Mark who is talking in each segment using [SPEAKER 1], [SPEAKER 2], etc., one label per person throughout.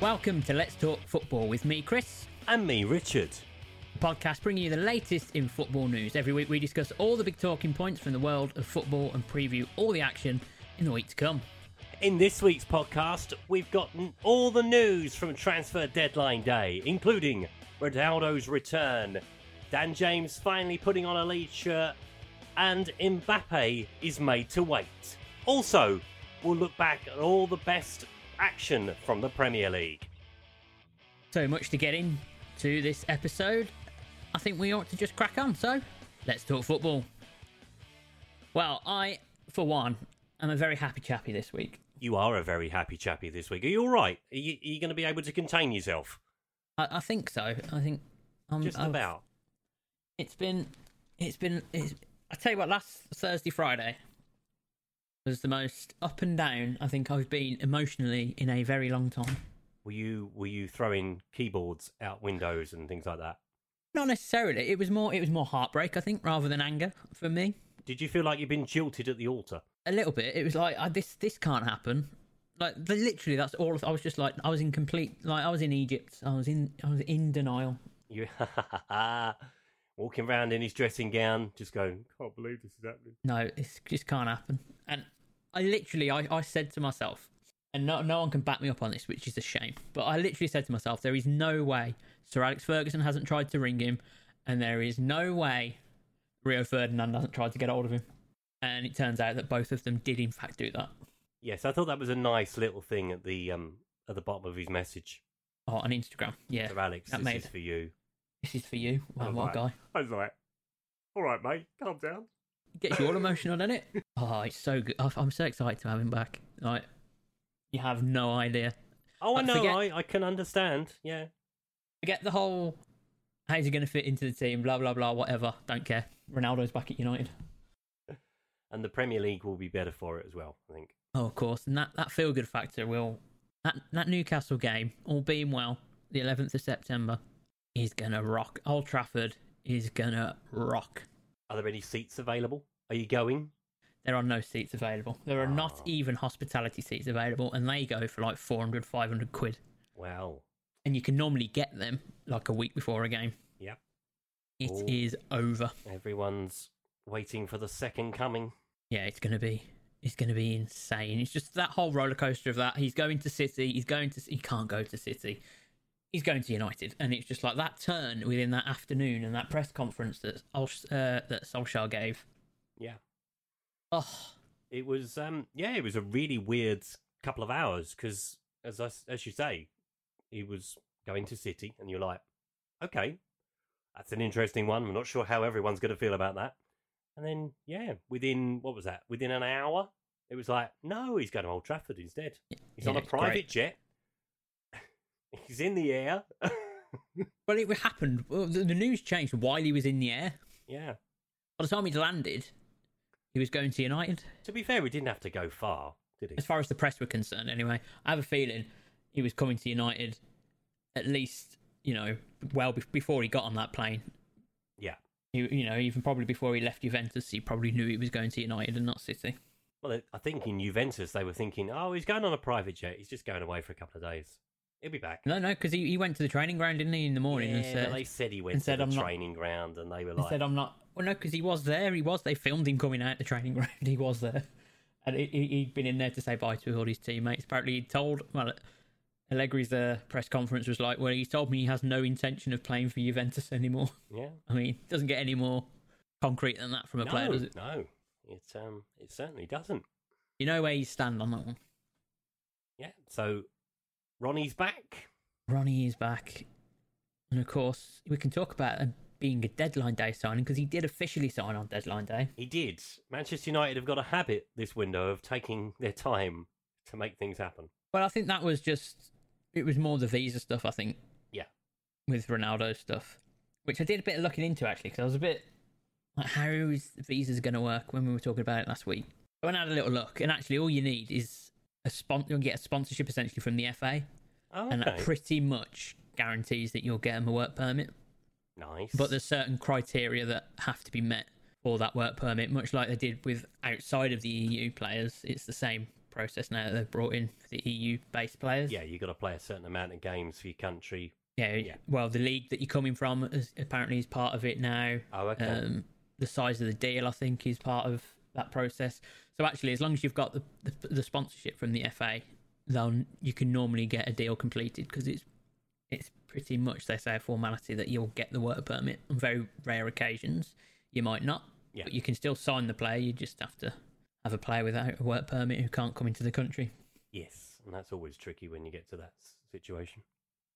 [SPEAKER 1] Welcome to Let's Talk Football with me, Chris.
[SPEAKER 2] And me, Richard.
[SPEAKER 1] The podcast bringing you the latest in football news. Every week we discuss all the big talking points from the world of football and preview all the action in the week to come.
[SPEAKER 2] In this week's podcast, we've gotten all the news from transfer deadline day, including Ronaldo's return, Dan James finally putting on a lead shirt, and Mbappe is made to wait. Also, we'll look back at all the best action from the Premier League.
[SPEAKER 1] So much to get into this episode. I think we ought to just crack on. So, let's talk football. Well, I, for one, am a very happy chappy this week.
[SPEAKER 2] You are a very happy chappy this week. Are you all right? Are you, are you going to be able to contain yourself?
[SPEAKER 1] I, I think so. I think I'm
[SPEAKER 2] Just
[SPEAKER 1] Mm, I've-
[SPEAKER 2] about.
[SPEAKER 1] It's been, it's been. It's, I tell you what, last Thursday, Friday was the most up and down I think I've been emotionally in a very long time.
[SPEAKER 2] Were you were you throwing keyboards out windows and things like that?
[SPEAKER 1] Not necessarily. It was more. It was more heartbreak, I think, rather than anger for me.
[SPEAKER 2] Did you feel like you've been jilted at the altar?
[SPEAKER 1] A little bit. It was like I, this. This can't happen. Like the- literally, that's all. I was just like I was in complete. Like I was in Egypt. I was in. I was in denial.
[SPEAKER 2] You walking around in his dressing gown, just going, "Can't believe this is happening."
[SPEAKER 1] no, this just can't happen. And I literally, I, I said to myself, and no, no one can back me up on this, which is a shame. But I literally said to myself, there is no way Sir Alex Ferguson hasn't tried to ring him, and there is no way Rio Ferdinand hasn't tried to get hold of him. And it turns out that both of them did, in fact, do that.
[SPEAKER 2] Yes, I thought that was a nice little thing at the um at the bottom of his message.
[SPEAKER 1] Oh, on Instagram, yeah.
[SPEAKER 2] Sir Alex,
[SPEAKER 1] that
[SPEAKER 2] this
[SPEAKER 1] made-
[SPEAKER 2] is for you.
[SPEAKER 1] This is for you. Wow,
[SPEAKER 2] Oh,
[SPEAKER 1] what a
[SPEAKER 2] right.
[SPEAKER 1] guy.
[SPEAKER 2] I was like, "All right, mate, calm down."
[SPEAKER 1] gets you all emotional, doesn't it? Oh, it's so good. I- I'm so excited to have him back. Like, you have no idea.
[SPEAKER 2] Oh, I
[SPEAKER 1] But
[SPEAKER 2] know.
[SPEAKER 1] forget-
[SPEAKER 2] I I can understand. Yeah,
[SPEAKER 1] Forget the whole how's he going to fit into the team, blah, blah, blah, whatever. Don't care. Ronaldo's back at United.
[SPEAKER 2] and the Premier League will be better for it as well. I think.
[SPEAKER 1] Oh, of course. And that, that feel good factor will. That, that Newcastle game, all being well, the 11th of September, is going to rock. Old Trafford is going to rock.
[SPEAKER 2] Are there any seats available? Are you going?
[SPEAKER 1] There are no seats available. There are not
[SPEAKER 2] Oh.
[SPEAKER 1] even hospitality seats available, and they go for like 400, 500 quid.
[SPEAKER 2] Well,
[SPEAKER 1] And you can normally get them like a week before a game.
[SPEAKER 2] Yep.
[SPEAKER 1] It is
[SPEAKER 2] Oh.
[SPEAKER 1] over.
[SPEAKER 2] everyone's waiting for the second coming.
[SPEAKER 1] Yeah, it's gonna be it's gonna be insane. It's just that whole roller coaster of that. He's going to City. He's going to. He can't go to City. He's going to United, and it's just like that turn within that afternoon and that press conference that Sol- uh, that Solskjaer gave.
[SPEAKER 2] Yeah.
[SPEAKER 1] Oh,
[SPEAKER 2] it was um yeah it was a really weird couple of hours because as I s as you say he was going to city and you're like okay that's an interesting one i'm not sure how everyone's going to feel about that and then yeah within what was that within an hour it was like no he's going to old trafford instead he's on
[SPEAKER 1] Yeah,
[SPEAKER 2] a
[SPEAKER 1] it's
[SPEAKER 2] private
[SPEAKER 1] great.
[SPEAKER 2] jet he's in the air
[SPEAKER 1] well, it happened. Well, the the news changed while he was in the air.
[SPEAKER 2] yeah
[SPEAKER 1] By the time he'd landed, he was going to United.
[SPEAKER 2] to be fair he didn't have to go far did he
[SPEAKER 1] as far as the press were concerned anyway i have a feeling he was coming to united at least you know well be- before he got on that plane
[SPEAKER 2] Yeah.
[SPEAKER 1] you, you know even probably before he left juventus he probably knew he was going to united and not city
[SPEAKER 2] Well, I- I think in Juventus they were thinking, oh, he's going on a private jet. He's just going away for a couple of days. He'll be back.
[SPEAKER 1] no no because he, he went to the training ground didn't he in the morning and
[SPEAKER 2] Yeah,
[SPEAKER 1] said,
[SPEAKER 2] but they said he
[SPEAKER 1] and
[SPEAKER 2] went to
[SPEAKER 1] said,
[SPEAKER 2] the
[SPEAKER 1] "I'm not-
[SPEAKER 2] training ground, and they were
[SPEAKER 1] and
[SPEAKER 2] like,
[SPEAKER 1] said i'm not well no because he was there he was they filmed him coming out the training ground he was there and he- he, he'd been in there to say bye to all his teammates apparently he told well Allegri's uh, press conference was like, well, he told me he has no intention of playing for Juventus anymore.
[SPEAKER 2] yeah,
[SPEAKER 1] I mean, it doesn't get any more concrete than that from a
[SPEAKER 2] no,
[SPEAKER 1] player, does it?
[SPEAKER 2] no, it um, it certainly doesn't.
[SPEAKER 1] You know where you stand on that one.
[SPEAKER 2] Yeah, so Ronnie's back.
[SPEAKER 1] Ronnie is back. And of course, we can talk about him being a deadline day signing because he did officially sign on deadline day.
[SPEAKER 2] He did. Manchester United have got a habit this window of taking their time to make things happen.
[SPEAKER 1] But I think that was just, it was more the visa stuff, I think.
[SPEAKER 2] Yeah.
[SPEAKER 1] With Ronaldo stuff, which I did a bit of looking into actually because I was a bit like, how is the visas going to work when we were talking about it last week? I went and had a little look, and actually, all you need is a sponsor, you'll get a sponsorship essentially from the FA.
[SPEAKER 2] Oh, okay.
[SPEAKER 1] and that pretty much guarantees that you'll get them a work permit.
[SPEAKER 2] nice.
[SPEAKER 1] But there's certain criteria that have to be met for that work permit, much like they did with outside of the EU E players. It's the same process now that they've brought in the EU based players.
[SPEAKER 2] Yeah, you got to play a certain amount of games for your country.
[SPEAKER 1] Yeah,
[SPEAKER 2] Yeah.
[SPEAKER 1] Well, the league that you're coming from is, apparently is part of it now.
[SPEAKER 2] Oh, okay.
[SPEAKER 1] Um, the size of the deal, I think, is part of that process. So actually, as long as you've got the the, the sponsorship from the FA, then you can normally get a deal completed because it's it's pretty much they say a formality that you'll get the work permit. On very rare occasions, you might not,
[SPEAKER 2] Yeah.
[SPEAKER 1] but you can still sign the player. You just have to have a player without a work permit who can't come into the country.
[SPEAKER 2] yes, and that's always tricky when you get to that s- situation.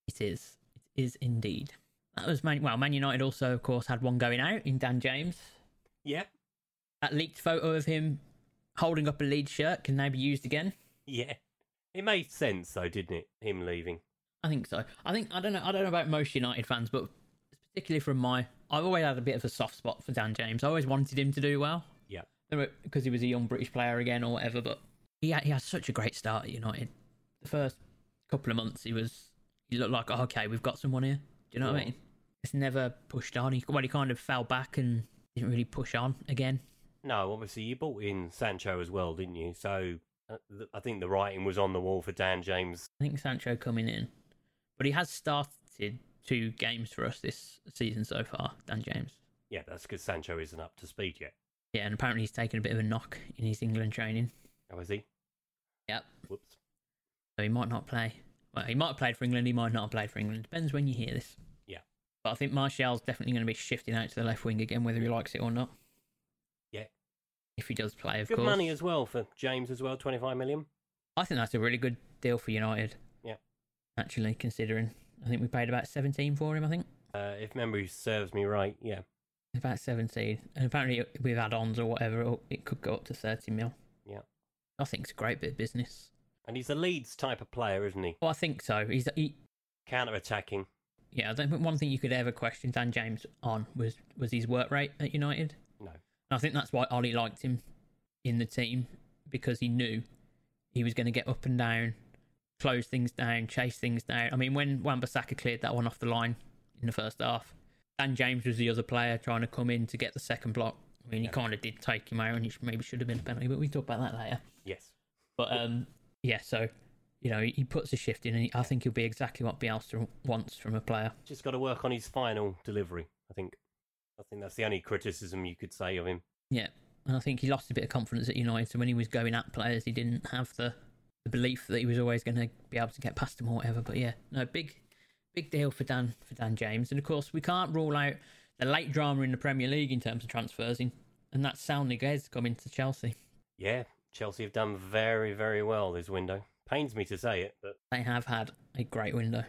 [SPEAKER 1] It is. It is indeed. That was Man. Well, Man United also, of course, had one going out in Dan James.
[SPEAKER 2] Yeah,
[SPEAKER 1] That leaked photo of him holding up a lead shirt can now be used again.
[SPEAKER 2] yeah. It made sense though, didn't it? Him leaving.
[SPEAKER 1] I think so. I think I don't know. I don't know about most United fans, but particularly from my, I've always had a bit of a soft spot for Dan James. I always wanted him to do well
[SPEAKER 2] Yeah,
[SPEAKER 1] because he was a young British player again or whatever. But he had, he had such a great start at United. The first couple of months, he was he looked like "Oh, okay, we've got someone here. Do you know what I
[SPEAKER 2] Yeah.
[SPEAKER 1] mean? It's never pushed on. He well, he kind of fell back and didn't really push on again.
[SPEAKER 2] No, obviously you bought in Sancho as well, didn't you? So uh, th- I think the writing was on the wall for Dan James.
[SPEAKER 1] I think Sancho coming in, but he has started two games for us this season so far. Dan James,
[SPEAKER 2] Yeah, that's because Sancho isn't up to speed yet.
[SPEAKER 1] yeah, and apparently he's taken a bit of a knock in his England training.
[SPEAKER 2] Oh, is he?
[SPEAKER 1] Yep,
[SPEAKER 2] Whoops.
[SPEAKER 1] so he might not play. Well, he might have played for England. He might not have played for England. Depends when you hear this.
[SPEAKER 2] Yeah.
[SPEAKER 1] but I think Martial's definitely going to be shifting out to the left wing again, whether he likes it or not.
[SPEAKER 2] Yeah.
[SPEAKER 1] if he does play, of
[SPEAKER 2] Good
[SPEAKER 1] course.
[SPEAKER 2] money as well for James as well, 25 million.
[SPEAKER 1] I think that's a really good deal for United.
[SPEAKER 2] Yeah.
[SPEAKER 1] actually, considering I think we paid about seventeen for him. I think.
[SPEAKER 2] Uh, if memory serves me right, yeah.
[SPEAKER 1] About 17. And apparently, with add ons or whatever, it- it could go up to 30 mil.
[SPEAKER 2] Yeah.
[SPEAKER 1] I think it's a great bit of business.
[SPEAKER 2] And he's a Leeds type of player, isn't he?
[SPEAKER 1] Well, I think so. He's, he,
[SPEAKER 2] Counter attacking.
[SPEAKER 1] yeah, I don't think one thing you could ever question Dan James on was, was his work rate at United.
[SPEAKER 2] No.
[SPEAKER 1] And I think that's why Ollie liked him in the team because he knew he was going to get up and down, close things down, chase things down. I mean, when Wan Bissaka cleared that one off the line in the first half, Dan James was the other player trying to come in to get the second block. I mean, he kind of did take him out, and it maybe should have been a penalty, but we talk about that later.
[SPEAKER 2] Yes.
[SPEAKER 1] But um, yeah, so you know, he, he puts a shift in, and he, I think he'll be exactly what Bielsa wants from a player.
[SPEAKER 2] Just got to work on his final delivery, I think. I think that's the only criticism you could say of him.
[SPEAKER 1] Yeah, and I think he lost a bit of confidence at United. So when he was going at players, he didn't have the, the belief that he was always going to be able to get past them or whatever. But yeah, no big, big deal for Dan for Dan James. And of course, we can't rule out the late drama in the Premier League in terms of transfers, in, and that's Sal Niguez coming to Chelsea.
[SPEAKER 2] Yeah, Chelsea have done very, very well this window. Pains me to say it, but
[SPEAKER 1] They have had a great window.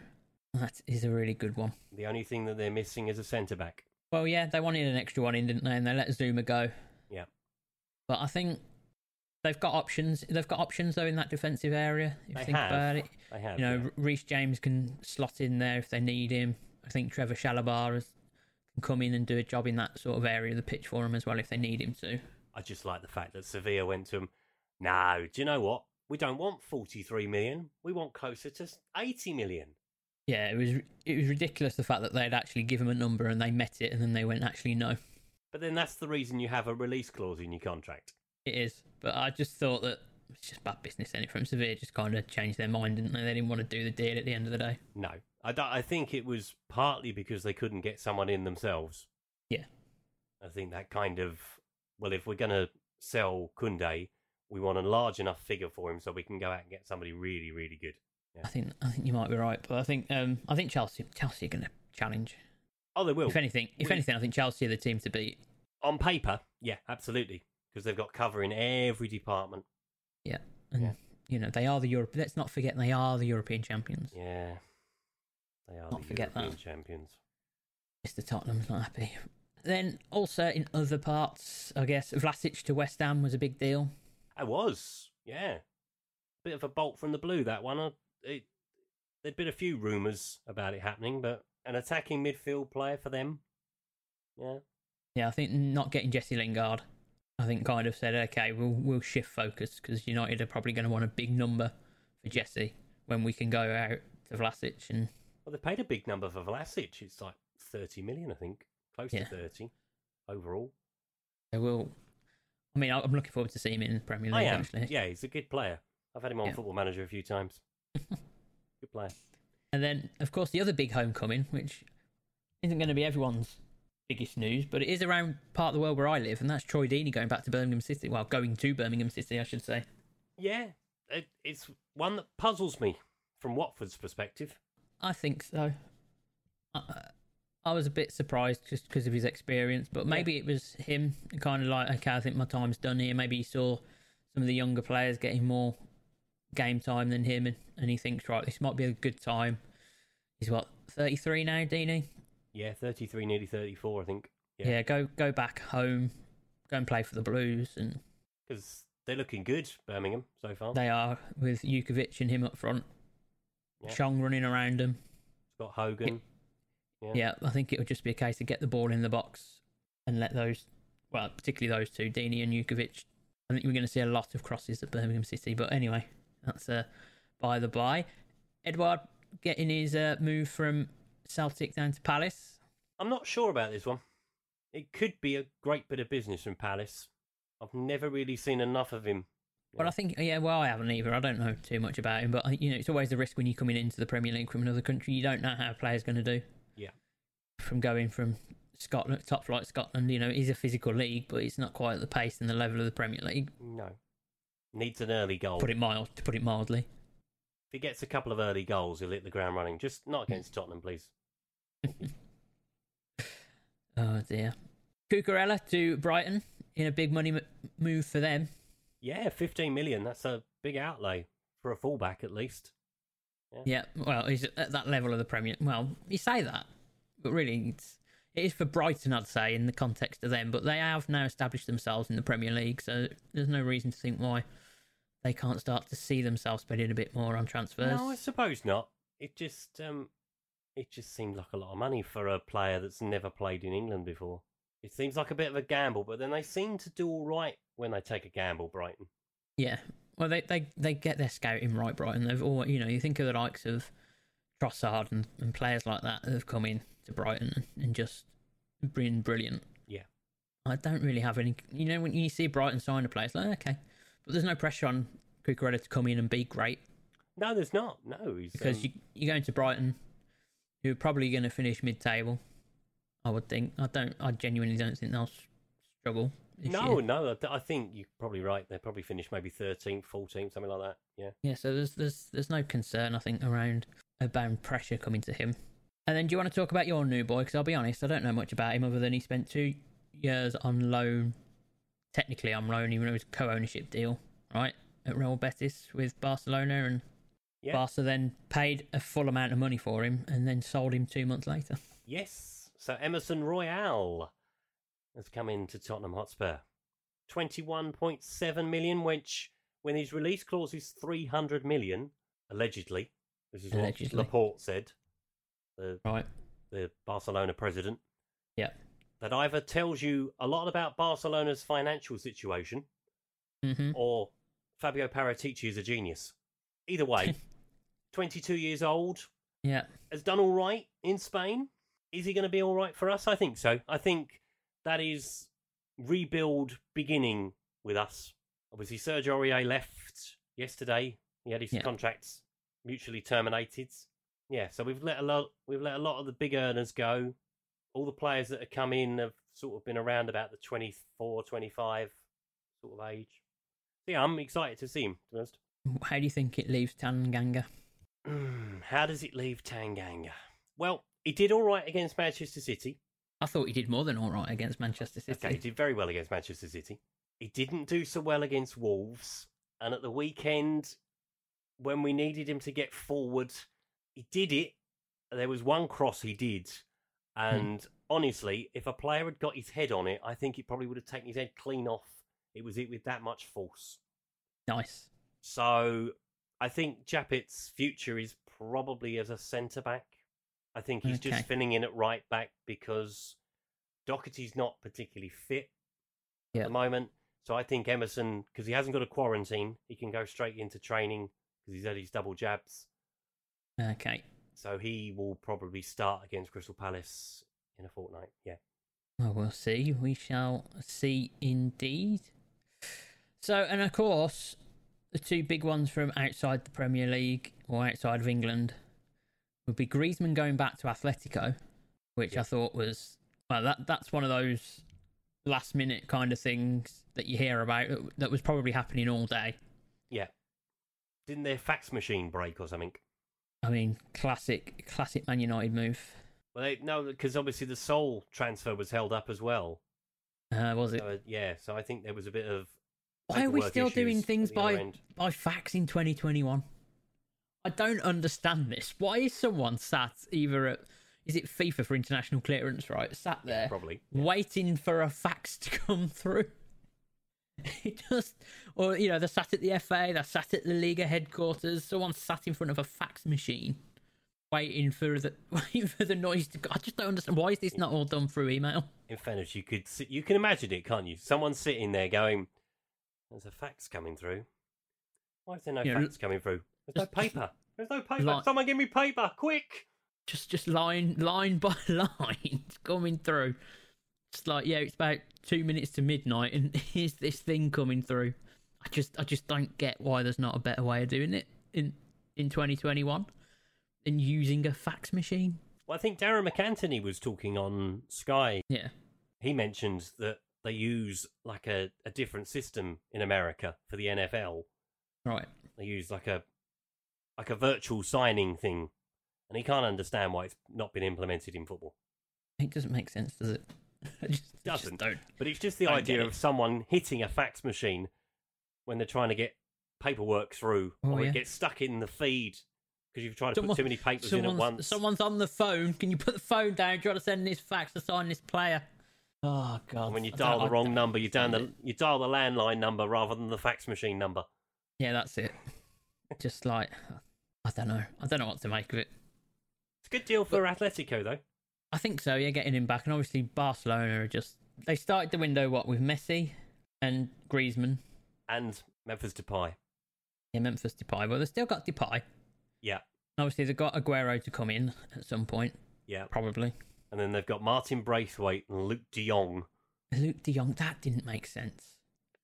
[SPEAKER 1] That is a really good one.
[SPEAKER 2] the only thing that they're missing is a centre back.
[SPEAKER 1] Well, yeah, they wanted an extra one in, didn't they? And they let Zuma go.
[SPEAKER 2] Yeah.
[SPEAKER 1] But I think they've got options. They've got options though in that defensive area. If
[SPEAKER 2] They
[SPEAKER 1] you think
[SPEAKER 2] have.
[SPEAKER 1] about it,
[SPEAKER 2] They have.
[SPEAKER 1] you know,
[SPEAKER 2] yeah.
[SPEAKER 1] Reece James can slot in there if they need him. I think Trevor Shalabar is, can come in and do a job in that sort of area of the pitch for him as well if they need him to.
[SPEAKER 2] I just like the fact that Sevilla went to him. No, do you know what? We don't want 43 million. We want closer to 80 million.
[SPEAKER 1] Yeah, it was it was ridiculous the fact that they'd actually give him a number and they met it and then they went actually no.
[SPEAKER 2] But then that's the reason you have a release clause in your contract.
[SPEAKER 1] It is, but I just thought that it's just bad business. Any from Sevilla just kind of changed their mind, didn't they? They didn't want to do the deal at the end of the day.
[SPEAKER 2] No, I, don't- I think it was partly because they couldn't get someone in themselves.
[SPEAKER 1] Yeah.
[SPEAKER 2] I think that kind of, well, if we're going to sell Kunde, we want a large enough figure for him so we can go out and get somebody really, really good.
[SPEAKER 1] I think I think you might be right, but I think um I think Chelsea Chelsea are going to challenge.
[SPEAKER 2] Oh, they will.
[SPEAKER 1] if anything, if
[SPEAKER 2] we-
[SPEAKER 1] anything, I think Chelsea are the team to beat.
[SPEAKER 2] On paper, yeah, absolutely. Because they've got cover in every department.
[SPEAKER 1] Yeah, and
[SPEAKER 2] Yeah.
[SPEAKER 1] you know they are the Europe. Let's not forget they are the European champions.
[SPEAKER 2] Yeah. They are
[SPEAKER 1] Not
[SPEAKER 2] the
[SPEAKER 1] forget that.
[SPEAKER 2] European champions.
[SPEAKER 1] Mr. Tottenham's not happy. Then also in other parts, I guess Vlasic to West Ham was a big deal.
[SPEAKER 2] I was, yeah. Bit of a bolt from the blue that one. I, it, there'd been a few rumours about it happening, but an attacking midfield player for them. Yeah,
[SPEAKER 1] Yeah, I think not getting Jesse Lingard. I think kind of said, okay, we'll we'll shift focus because United are probably going to want a big number for Jesse when we can go out to Vlasic and
[SPEAKER 2] well, they paid a big number for Vlasic. It's like thirty million, I think, close
[SPEAKER 1] Yeah.
[SPEAKER 2] to thirty overall.
[SPEAKER 1] they will. I mean, I- I'm looking forward to seeing him in the Premier League.
[SPEAKER 2] I am.
[SPEAKER 1] Actually,
[SPEAKER 2] Yeah, he's a good player. I've had him on
[SPEAKER 1] Yeah.
[SPEAKER 2] Football Manager a few times. Good player.
[SPEAKER 1] And then, of course, the other big homecoming, which isn't going to be everyone's biggest news, but it is around part of the world where I live, and that's Troy Deeney going back to Birmingham City. Well, going to Birmingham City, I should say.
[SPEAKER 2] Yeah, it, it's one that puzzles me from Watford's perspective.
[SPEAKER 1] I think so. I, I was a bit surprised just because of his experience, but maybe it was him kind of like, okay, I think my time's done here. Maybe he saw some of the younger players getting more game time than him, and, and he thinks, right, this might be a good time. He's what, 33 now, Deeney?
[SPEAKER 2] Yeah, 33, nearly 34, I think.
[SPEAKER 1] yeah.
[SPEAKER 2] Yeah,
[SPEAKER 1] go go back home go and play for the blues and
[SPEAKER 2] because they're looking good, Birmingham, so far.
[SPEAKER 1] they are with Jukovic and him up front
[SPEAKER 2] Yeah.
[SPEAKER 1] Chong running around him
[SPEAKER 2] Scott Hogan.
[SPEAKER 1] yeah I think it would just be a case of get the ball in the box and let those well particularly those two Dini and Jukovic I think we're going to see a lot of crosses at Birmingham City but anyway that's uh, by the by Edward getting his uh, move from Celtic down to Palace
[SPEAKER 2] I'm not sure about this one. It could be a great bit of business from Palace. I've never really seen enough of him.
[SPEAKER 1] But
[SPEAKER 2] Yeah.
[SPEAKER 1] I think, yeah, well, I haven't either. I don't know too much about him, but you know, it's always the risk when you're coming into the Premier League from another country. You don't know how a player's going to do.
[SPEAKER 2] Yeah.
[SPEAKER 1] From going from Scotland, top flight Scotland, you know, it is a physical league, but it's not quite at the pace and the level of the Premier League.
[SPEAKER 2] No. Needs an early goal.
[SPEAKER 1] Put it mild, to put it mildly.
[SPEAKER 2] If he gets a couple of early goals, he'll hit the ground running. Just not against Tottenham, please.
[SPEAKER 1] Oh dear. Cucurella to Brighton in a big money m- move for them.
[SPEAKER 2] Yeah, 15 million. That's a big outlay for a fullback, at least.
[SPEAKER 1] Yeah, well, he's at that level of the Premier. Well, you say that, but really, it's, it is for Brighton, I'd say, in the context of them. But they have now established themselves in the Premier League, so there's no reason to think why they can't start to see themselves spending a bit more on transfers.
[SPEAKER 2] No, I suppose not. It just um, it just seemed like a lot of money for a player that's never played in England before. It seems like a bit of a gamble, but then they seem to do all right when they take a gamble. Brighton,
[SPEAKER 1] Yeah, well, they, they they get their scouting right, Brighton. They've all, you know, you think of the likes of Trossard and, and players like that that have come in to Brighton and just been brilliant.
[SPEAKER 2] Yeah.
[SPEAKER 1] I don't really have any. You know, when you see Brighton sign a player, it's like okay, but there's no pressure on Cucurella to come in and be great
[SPEAKER 2] no, there's not. No, he's,
[SPEAKER 1] because
[SPEAKER 2] um,
[SPEAKER 1] you you're going to Brighton, who are probably going to finish mid-table. I would think. I don't. I genuinely don't think they'll s- struggle. this
[SPEAKER 2] no,
[SPEAKER 1] year.
[SPEAKER 2] no. I th- I think you're probably right. They probably finish maybe 13th, 14th, something like that. Yeah,
[SPEAKER 1] Yeah, so there's there's there's no concern I think around about pressure coming to him. And then do you want to talk about your new boy? Because I'll be honest, I don't know much about him other than he spent two years on loan, technically on loan, even though it was a co-ownership deal, right? At Real Betis with Barcelona, and
[SPEAKER 2] Yeah.
[SPEAKER 1] Barca then paid a full amount of money for him and then sold him two months later.
[SPEAKER 2] yes. So Emerson Royale has come into Tottenham Hotspur. 21.7 million, which when his release clause is 300 million, allegedly, this is
[SPEAKER 1] Allegedly.
[SPEAKER 2] what Laporte said, the,
[SPEAKER 1] Right?
[SPEAKER 2] the Barcelona president,
[SPEAKER 1] Yeah.
[SPEAKER 2] that either tells you a lot about Barcelona's financial situation
[SPEAKER 1] Mm-hmm.
[SPEAKER 2] or Fabio Paratici is a genius. Either way, 22 years old,
[SPEAKER 1] Yeah.
[SPEAKER 2] has done all right in Spain. Is he going to be all right for us? I think so. I think that is rebuild beginning with us. Obviously, Serge Aurier left yesterday. He had his
[SPEAKER 1] Yeah.
[SPEAKER 2] contracts mutually terminated. Yeah, so we've let a lot. We've let a lot of the big earners go. All the players that have come in have sort of been around about the 24, 25 sort of age. So yeah, I'm excited to see him. To be honest.
[SPEAKER 1] How do you think it leaves Tanganga?
[SPEAKER 2] Mm, How does it leave Tanganga? Well, he did all right against Manchester City.
[SPEAKER 1] I thought he did more than all right against Manchester City.
[SPEAKER 2] Okay, he did very well against Manchester City. He didn't do so well against Wolves. And at the weekend, when we needed him to get forward, he did it. There was one cross he did. And honestly, if a player had got his head on it, I think it probably would have taken his head clean off. It was it with that much force.
[SPEAKER 1] Nice.
[SPEAKER 2] So I think Japit's future is probably as a centre back. I think he's
[SPEAKER 1] Okay.
[SPEAKER 2] just filling in at right back because Doherty's not particularly fit
[SPEAKER 1] Yeah.
[SPEAKER 2] at the moment. So I think Emerson, because he hasn't got a quarantine, he can go straight into training because he's had his double jabs.
[SPEAKER 1] Okay.
[SPEAKER 2] So he will probably start against Crystal Palace in a fortnight. Yeah.
[SPEAKER 1] Well, we'll see. We shall see indeed. So, and of course, the two big ones from outside the Premier League or outside of England would be Griezmann going back to Atletico, which I thought was well that that's one of those last minute kind of things that you hear about that- that was probably happening all day.
[SPEAKER 2] Yeah. Didn't their fax machine break or something?
[SPEAKER 1] I mean, classic classic Man United move.
[SPEAKER 2] Well, they, no, because obviously the Soul transfer was held up as well.
[SPEAKER 1] Uh, was it?
[SPEAKER 2] So, uh, yeah, so I think there was a bit of.
[SPEAKER 1] Why are we
[SPEAKER 2] paperwork
[SPEAKER 1] still
[SPEAKER 2] issues
[SPEAKER 1] doing
[SPEAKER 2] at
[SPEAKER 1] things
[SPEAKER 2] the other
[SPEAKER 1] by
[SPEAKER 2] end.
[SPEAKER 1] by fax in 2021? I don't understand this. Why is someone sat either at is it FIFA for international clearance, right? Sat there
[SPEAKER 2] Probably.
[SPEAKER 1] waiting for a fax to come through. It just, or you know, they're sat at the FA, they're sat at the Liga headquarters. Someone sat in front of a fax machine, waiting for the waiting for the noise to. go. I just don't understand why is this not all done through email.
[SPEAKER 2] In fairness, you could see, you can imagine it, can't you? Someone sitting there going, "There's a fax coming through. Why is there no
[SPEAKER 1] Yeah,
[SPEAKER 2] fax coming through? There's
[SPEAKER 1] just-
[SPEAKER 2] no paper. There's no paper.
[SPEAKER 1] Like-
[SPEAKER 2] Someone give me paper, quick!"
[SPEAKER 1] just just line line by line coming through. It's like yeah, it's about two minutes to midnight, and here's this thing coming through. I just I just don't get why there's not a better way of doing it in in 2021 than using a fax machine.
[SPEAKER 2] Well, I think Darren McAntony was talking on Sky.
[SPEAKER 1] Yeah,
[SPEAKER 2] He mentioned that they use like a, a different system in America for the NFL.
[SPEAKER 1] right.
[SPEAKER 2] They use like a like a virtual signing thing, and he can't understand why it's not been implemented in football.
[SPEAKER 1] It doesn't make sense, does it? I just, I just
[SPEAKER 2] Doesn't.
[SPEAKER 1] don't.
[SPEAKER 2] But it's just the
[SPEAKER 1] Don't
[SPEAKER 2] idea
[SPEAKER 1] get it.
[SPEAKER 2] of someone hitting a fax machine when they're trying to get paperwork through,
[SPEAKER 1] Oh,
[SPEAKER 2] or
[SPEAKER 1] yeah.
[SPEAKER 2] it gets stuck in the feed because you've tried to
[SPEAKER 1] Someone-
[SPEAKER 2] put too many papers in at
[SPEAKER 1] someone's,
[SPEAKER 2] once.
[SPEAKER 1] someone's on the phone. Can you put the phone down? Try to send this fax to sign this player. Oh god!
[SPEAKER 2] and when you
[SPEAKER 1] I
[SPEAKER 2] dial
[SPEAKER 1] don't-
[SPEAKER 2] the
[SPEAKER 1] I
[SPEAKER 2] wrong
[SPEAKER 1] don't
[SPEAKER 2] number, you down
[SPEAKER 1] understand
[SPEAKER 2] the you dial the landline number rather than the fax machine number.
[SPEAKER 1] Yeah, that's it. Just like I don't know. I don't know what to make of it.
[SPEAKER 2] It's a good deal for Atletico though.
[SPEAKER 1] I think so. Yeah, getting him back, and obviously Barcelona are just they started the window what with Messi and Griezmann.
[SPEAKER 2] And Memphis Depay.
[SPEAKER 1] Yeah, Memphis Depay. Well, they still got Depay.
[SPEAKER 2] Yeah,
[SPEAKER 1] Obviously, they've got Aguero to come in at some point,
[SPEAKER 2] yeah.
[SPEAKER 1] probably.
[SPEAKER 2] And then they've got Martin Braithwaite and Luke de Jong.
[SPEAKER 1] Luke De Jong. That didn't make sense.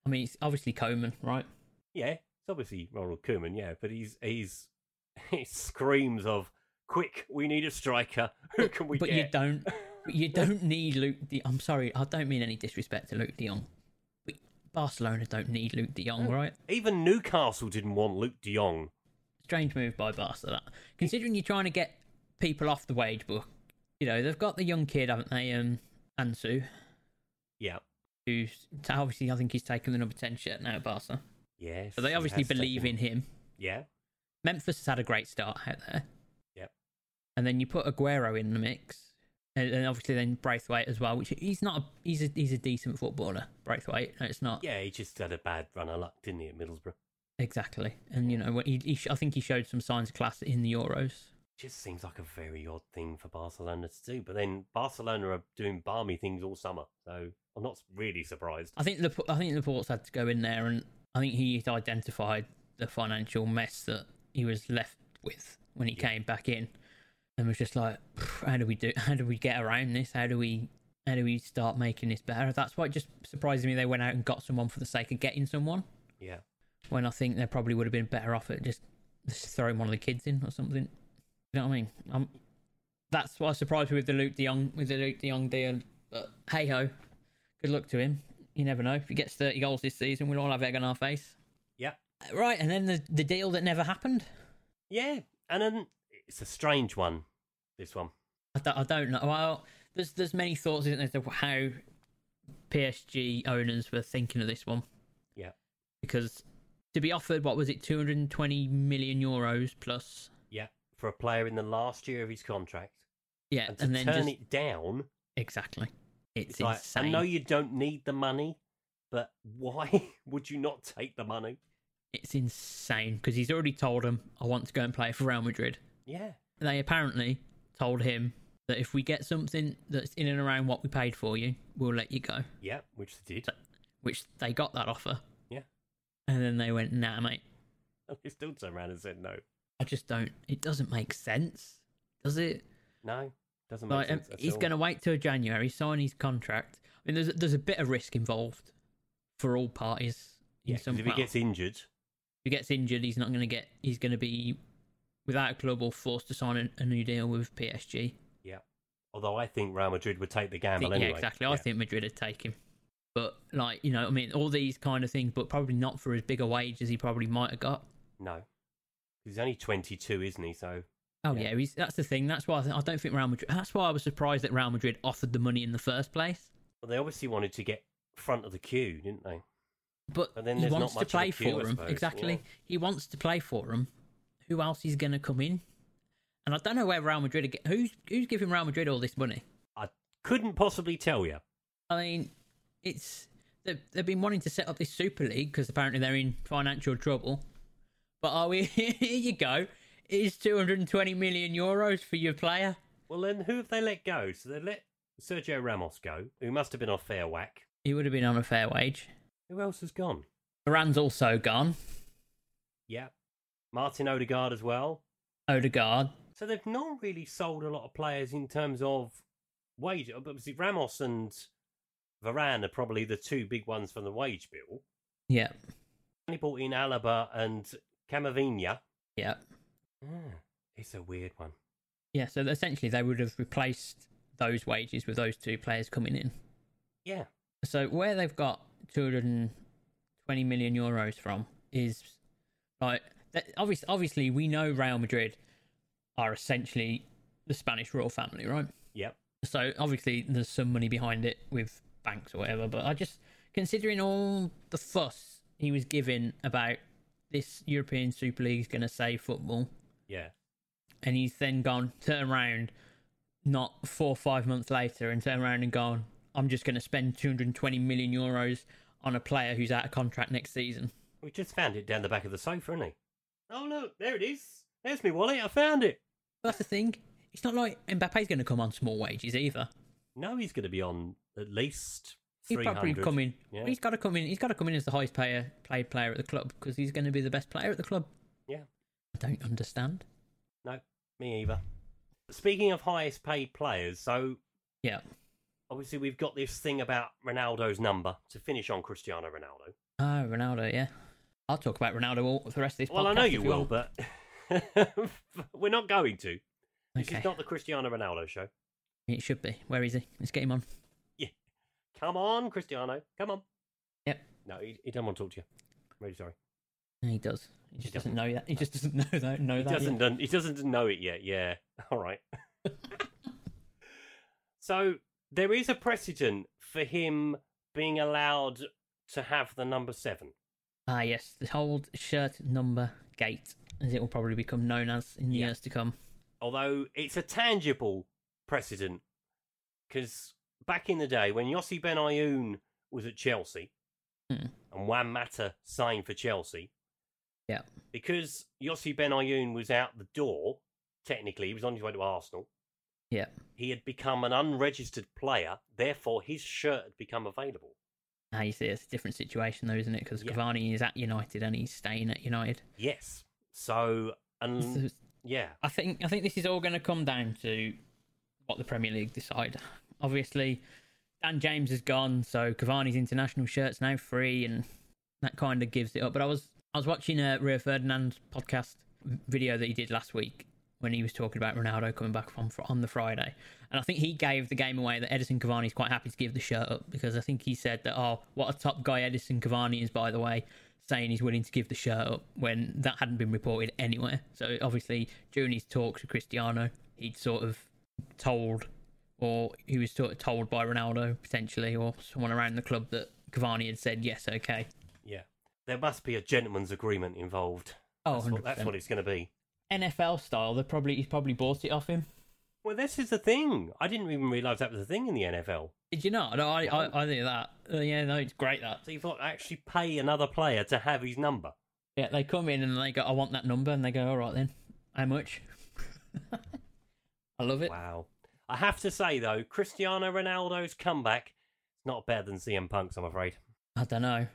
[SPEAKER 1] I mean, it's obviously Coman, right?
[SPEAKER 2] Yeah, it's obviously Ronald Koeman, yeah, but he's he's he screams of quick, we need a striker. Who can we
[SPEAKER 1] but
[SPEAKER 2] get?
[SPEAKER 1] you don't but you don't need Luke De I'm sorry, I don't mean any disrespect to Luke De Jong. But Barcelona don't need Luke De Jong, right?
[SPEAKER 2] Even Newcastle didn't want Luke de Jong.
[SPEAKER 1] Strange move by Barca that. Considering you're trying to get people off the wage book, you know, they've got the young kid, haven't they, um Ansu,
[SPEAKER 2] Yeah.
[SPEAKER 1] who's t- obviously I think he's taken the number ten shirt now at Barca.
[SPEAKER 2] Yes.
[SPEAKER 1] So they
[SPEAKER 2] he
[SPEAKER 1] obviously
[SPEAKER 2] has taken-
[SPEAKER 1] believe in him.
[SPEAKER 2] Yeah.
[SPEAKER 1] Memphis has had a great start out there.
[SPEAKER 2] Yep.
[SPEAKER 1] And then you put Aguero in the mix, and, and obviously then Braithwaite as well, which he's not. A, he's a he's a decent footballer, Braithwaite. No, it's not
[SPEAKER 2] Yeah, he just had a bad run of luck, didn't he, at Middlesbrough?
[SPEAKER 1] exactly. And you know, when he, he sh- I think he showed some signs of class in the Euros.
[SPEAKER 2] Just seems like a very odd thing for Barcelona to do. But then Barcelona are doing balmy things all summer, so I'm not really surprised.
[SPEAKER 1] I think the I think the Ports had to go in there, and I think he identified the financial mess that he was left with when he came back in, and was just like, "Phew, how do we do? How do we get around this? How do we? How do we start making this better? That's why it just surprises me they went out and got someone for the sake of getting someone.
[SPEAKER 2] Yeah.
[SPEAKER 1] When I think they probably would have been better off at just, just throwing one of the kids in or something. You know what I mean? Um, that's why I surprised me with the Luke De Jong with the Luke De Jong deal. But hey ho, good luck to him. You never know. If he gets 30 goals this season, we'll all have egg on our face.
[SPEAKER 2] Yeah.
[SPEAKER 1] Right, and then the, the deal that never happened.
[SPEAKER 2] Yeah. And then it's a strange one, this one.
[SPEAKER 1] I don't, I don't know. Well, there's there's many thoughts, isn't there, to how PSG owners were thinking of this one.
[SPEAKER 2] Yeah.
[SPEAKER 1] Because to be offered, what was it, 220 million euros plus?
[SPEAKER 2] Yeah. For a player in the last year of his contract.
[SPEAKER 1] Yeah,
[SPEAKER 2] And
[SPEAKER 1] and,
[SPEAKER 2] to
[SPEAKER 1] then
[SPEAKER 2] turn
[SPEAKER 1] just.
[SPEAKER 2] it down,
[SPEAKER 1] Exactly. It's,
[SPEAKER 2] it's like,
[SPEAKER 1] insane.
[SPEAKER 2] I know you don't need the money, but why would you not take the money?
[SPEAKER 1] It's insane because he's already told them, I want to go and play for Real Madrid.
[SPEAKER 2] Yeah.
[SPEAKER 1] they apparently told him that if we get something that's in and around what we paid for you, we'll let you go.
[SPEAKER 2] Yeah, which they did.
[SPEAKER 1] Which they got that offer.
[SPEAKER 2] Yeah.
[SPEAKER 1] And then they went, nah, mate,
[SPEAKER 2] And they still turned around and said no.
[SPEAKER 1] I just don't. It doesn't make sense, does it?
[SPEAKER 2] No, doesn't make
[SPEAKER 1] Like, um,
[SPEAKER 2] sense. at
[SPEAKER 1] he's
[SPEAKER 2] all.
[SPEAKER 1] going to wait till January, sign his contract. I mean, there's there's a bit of risk involved for all parties. in
[SPEAKER 2] Yeah, 'cause
[SPEAKER 1] some,
[SPEAKER 2] if he
[SPEAKER 1] well,
[SPEAKER 2] gets injured,
[SPEAKER 1] he gets injured, he's not going to get. He's going to be without a club or forced to sign a, a new deal with PSG.
[SPEAKER 2] Although I think Real Madrid would take the gamble
[SPEAKER 1] think-
[SPEAKER 2] anyway.
[SPEAKER 1] Yeah, exactly. I
[SPEAKER 2] Yeah.
[SPEAKER 1] think Madrid would take him. But like you know, I mean, all these kind of things, but probably not for as big a wage as he probably might have got.
[SPEAKER 2] No. He's only 22, isn't he? So,
[SPEAKER 1] Oh
[SPEAKER 2] Yeah.
[SPEAKER 1] yeah, he's, that's the thing. That's why I, th- I don't think Real Madrid. That's why I was surprised that Real Madrid offered the money in the first place.
[SPEAKER 2] well, they obviously wanted to get front of the queue, didn't they?
[SPEAKER 1] But,
[SPEAKER 2] But then
[SPEAKER 1] he
[SPEAKER 2] there's not
[SPEAKER 1] wants
[SPEAKER 2] much
[SPEAKER 1] to
[SPEAKER 2] of a
[SPEAKER 1] play
[SPEAKER 2] queue,
[SPEAKER 1] for
[SPEAKER 2] I
[SPEAKER 1] him.
[SPEAKER 2] suppose,
[SPEAKER 1] Exactly,
[SPEAKER 2] yeah.
[SPEAKER 1] he wants to play for him. Who else is going to come in? And I don't know where Real Madrid. are get- Who's who's giving Real Madrid all this money?
[SPEAKER 2] I couldn't possibly tell you.
[SPEAKER 1] I mean, it's they've, they've been wanting to set up this Super League because apparently they're in financial trouble. But are we? here you go. It's 220 million euros for your player.
[SPEAKER 2] Well, then who have they let go? So they let Sergio Ramos go, who must have been on fair whack.
[SPEAKER 1] He would have been on a fair wage.
[SPEAKER 2] Who else has gone?
[SPEAKER 1] Moran's also gone.
[SPEAKER 2] Yeah. Martin Odegaard as well.
[SPEAKER 1] Odegaard.
[SPEAKER 2] So they've not really sold a lot of players in terms of wage. Obviously, Ramos and Varane are probably the two big ones from the wage bill.
[SPEAKER 1] Yeah,
[SPEAKER 2] Only bought in Alaba and Camavinga.
[SPEAKER 1] yeah,
[SPEAKER 2] Ah, it's a weird one.
[SPEAKER 1] yeah. So essentially, they would have replaced those wages with those two players coming in.
[SPEAKER 2] Yeah.
[SPEAKER 1] So where they've got 220 million euros from is like that, obviously obviously we know Real Madrid are essentially the Spanish royal family, right?
[SPEAKER 2] Yep.
[SPEAKER 1] So obviously there's some money behind it with banks or whatever, but I just considering all the fuss he was given about this European Super League is going to save football
[SPEAKER 2] Yeah.
[SPEAKER 1] and he's then gone turn around not four or five months later and turn around and gone i'm just going to spend 220 million euros on a player who's out of contract next season
[SPEAKER 2] We just found it down the back of the sofa, isn't he? Oh, look. There it is. There's me wallet. I found it.
[SPEAKER 1] that's the thing it's not like mbappe's going to come on small wages either
[SPEAKER 2] No, he's going to be on at least
[SPEAKER 1] he's
[SPEAKER 2] 300.
[SPEAKER 1] probably come in
[SPEAKER 2] Yeah.
[SPEAKER 1] he's got to come in he's got to come in as the highest player played player at the club because he's going to be the best player at the club
[SPEAKER 2] Yeah.
[SPEAKER 1] i don't understand
[SPEAKER 2] No, me either. Speaking of highest paid players, so
[SPEAKER 1] yeah
[SPEAKER 2] obviously we've got this thing about Ronaldo's number to finish on Cristiano Ronaldo.
[SPEAKER 1] oh ronaldo yeah i'll talk about ronaldo all for the rest of this
[SPEAKER 2] Well, I
[SPEAKER 1] podcast
[SPEAKER 2] know
[SPEAKER 1] if
[SPEAKER 2] you will,
[SPEAKER 1] want.
[SPEAKER 2] but we're not going to. This
[SPEAKER 1] okay
[SPEAKER 2] is not the Cristiano Ronaldo show.
[SPEAKER 1] it should be where is he let's get him on
[SPEAKER 2] Come on, Cristiano. Come on.
[SPEAKER 1] Yep.
[SPEAKER 2] No, he, he doesn't want to talk to you. I'm really sorry.
[SPEAKER 1] He does. He just doesn't
[SPEAKER 2] doesn't.
[SPEAKER 1] know that. He just doesn't know that. Know
[SPEAKER 2] He
[SPEAKER 1] that. yet.
[SPEAKER 2] doesn't. done- He doesn't know it yet. Yeah. All right. so there is a precedent for him being allowed to have the number seven.
[SPEAKER 1] Ah, yes, the old shirt number gate, as it will probably become known as in the
[SPEAKER 2] Yeah.
[SPEAKER 1] years to come.
[SPEAKER 2] although it's a tangible precedent because back in the day when Yossi Ben Ayoun was at Chelsea
[SPEAKER 1] Hmm.
[SPEAKER 2] and Juan Mata signed for Chelsea,
[SPEAKER 1] Yeah.
[SPEAKER 2] because Yossi Ben Ayoun was out the door, technically, he was on his way to Arsenal,
[SPEAKER 1] Yeah.
[SPEAKER 2] he had become an unregistered player, therefore his shirt had become available.
[SPEAKER 1] Ah, you see, it's a different situation though, isn't it? Because
[SPEAKER 2] Yeah.
[SPEAKER 1] Cavani is at United and he's staying at United.
[SPEAKER 2] Yes. So, and
[SPEAKER 1] So
[SPEAKER 2] yeah,
[SPEAKER 1] I think I think this is all going to come down to what the Premier League decide. Obviously, Dan James is gone, so Cavani's international shirt's now free, and that kind of gives it up. But I was I was watching a Rio Ferdinand's podcast video that he did last week when he was talking about Ronaldo coming back on fr- on the Friday, and I think he gave the game away that Edison Cavani's quite happy to give the shirt up because I think he said that oh what a top guy Edison Cavani is by the way. Saying he's willing to give the shirt up when that hadn't been reported anywhere. So obviously, during his talks with Cristiano, he'd sort of told, or he was sort of told by Ronaldo potentially, or someone around the club that Cavani had said yes, okay.
[SPEAKER 2] yeah, there must be a gentleman's agreement involved.
[SPEAKER 1] Oh,
[SPEAKER 2] That's what, that's
[SPEAKER 1] 100%.
[SPEAKER 2] what it's going to be.
[SPEAKER 1] NFL style. They probably he's probably bought it off him.
[SPEAKER 2] Well, this is the thing. I didn't even realise that was a thing in the NFL.
[SPEAKER 1] Did you not? No, I I, I think that. Uh, yeah, no, it's great that.
[SPEAKER 2] So you've got to actually pay another player to have his number.
[SPEAKER 1] Yeah, they come in and they go, I want that number, and they go, all right then, how much? I love it.
[SPEAKER 2] Wow. I have to say, though, Cristiano Ronaldo's comeback is not better than CM Punk's, I'm afraid.
[SPEAKER 1] I don't know.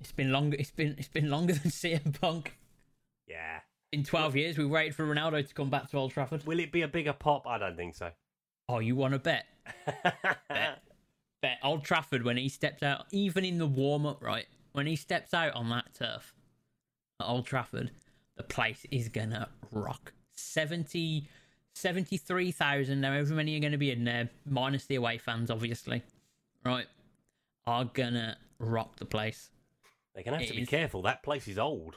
[SPEAKER 1] It's been longer. It's been it's been longer than CM Punk.
[SPEAKER 2] Yeah.
[SPEAKER 1] In twelve years, we waited for Ronaldo to come back to Old Trafford.
[SPEAKER 2] Will it be a bigger pop? I don't think so.
[SPEAKER 1] Oh, you want to bet?
[SPEAKER 2] yeah.
[SPEAKER 1] bet Old Trafford when he steps out, even in the warm up, right? When he steps out on that turf, at Old Trafford, the place is gonna rock. 70, 73,000, however many are gonna be in there, minus the away fans, obviously. Right, are gonna rock the place.
[SPEAKER 2] They're gonna have
[SPEAKER 1] It
[SPEAKER 2] to be
[SPEAKER 1] is.
[SPEAKER 2] careful. That place is old.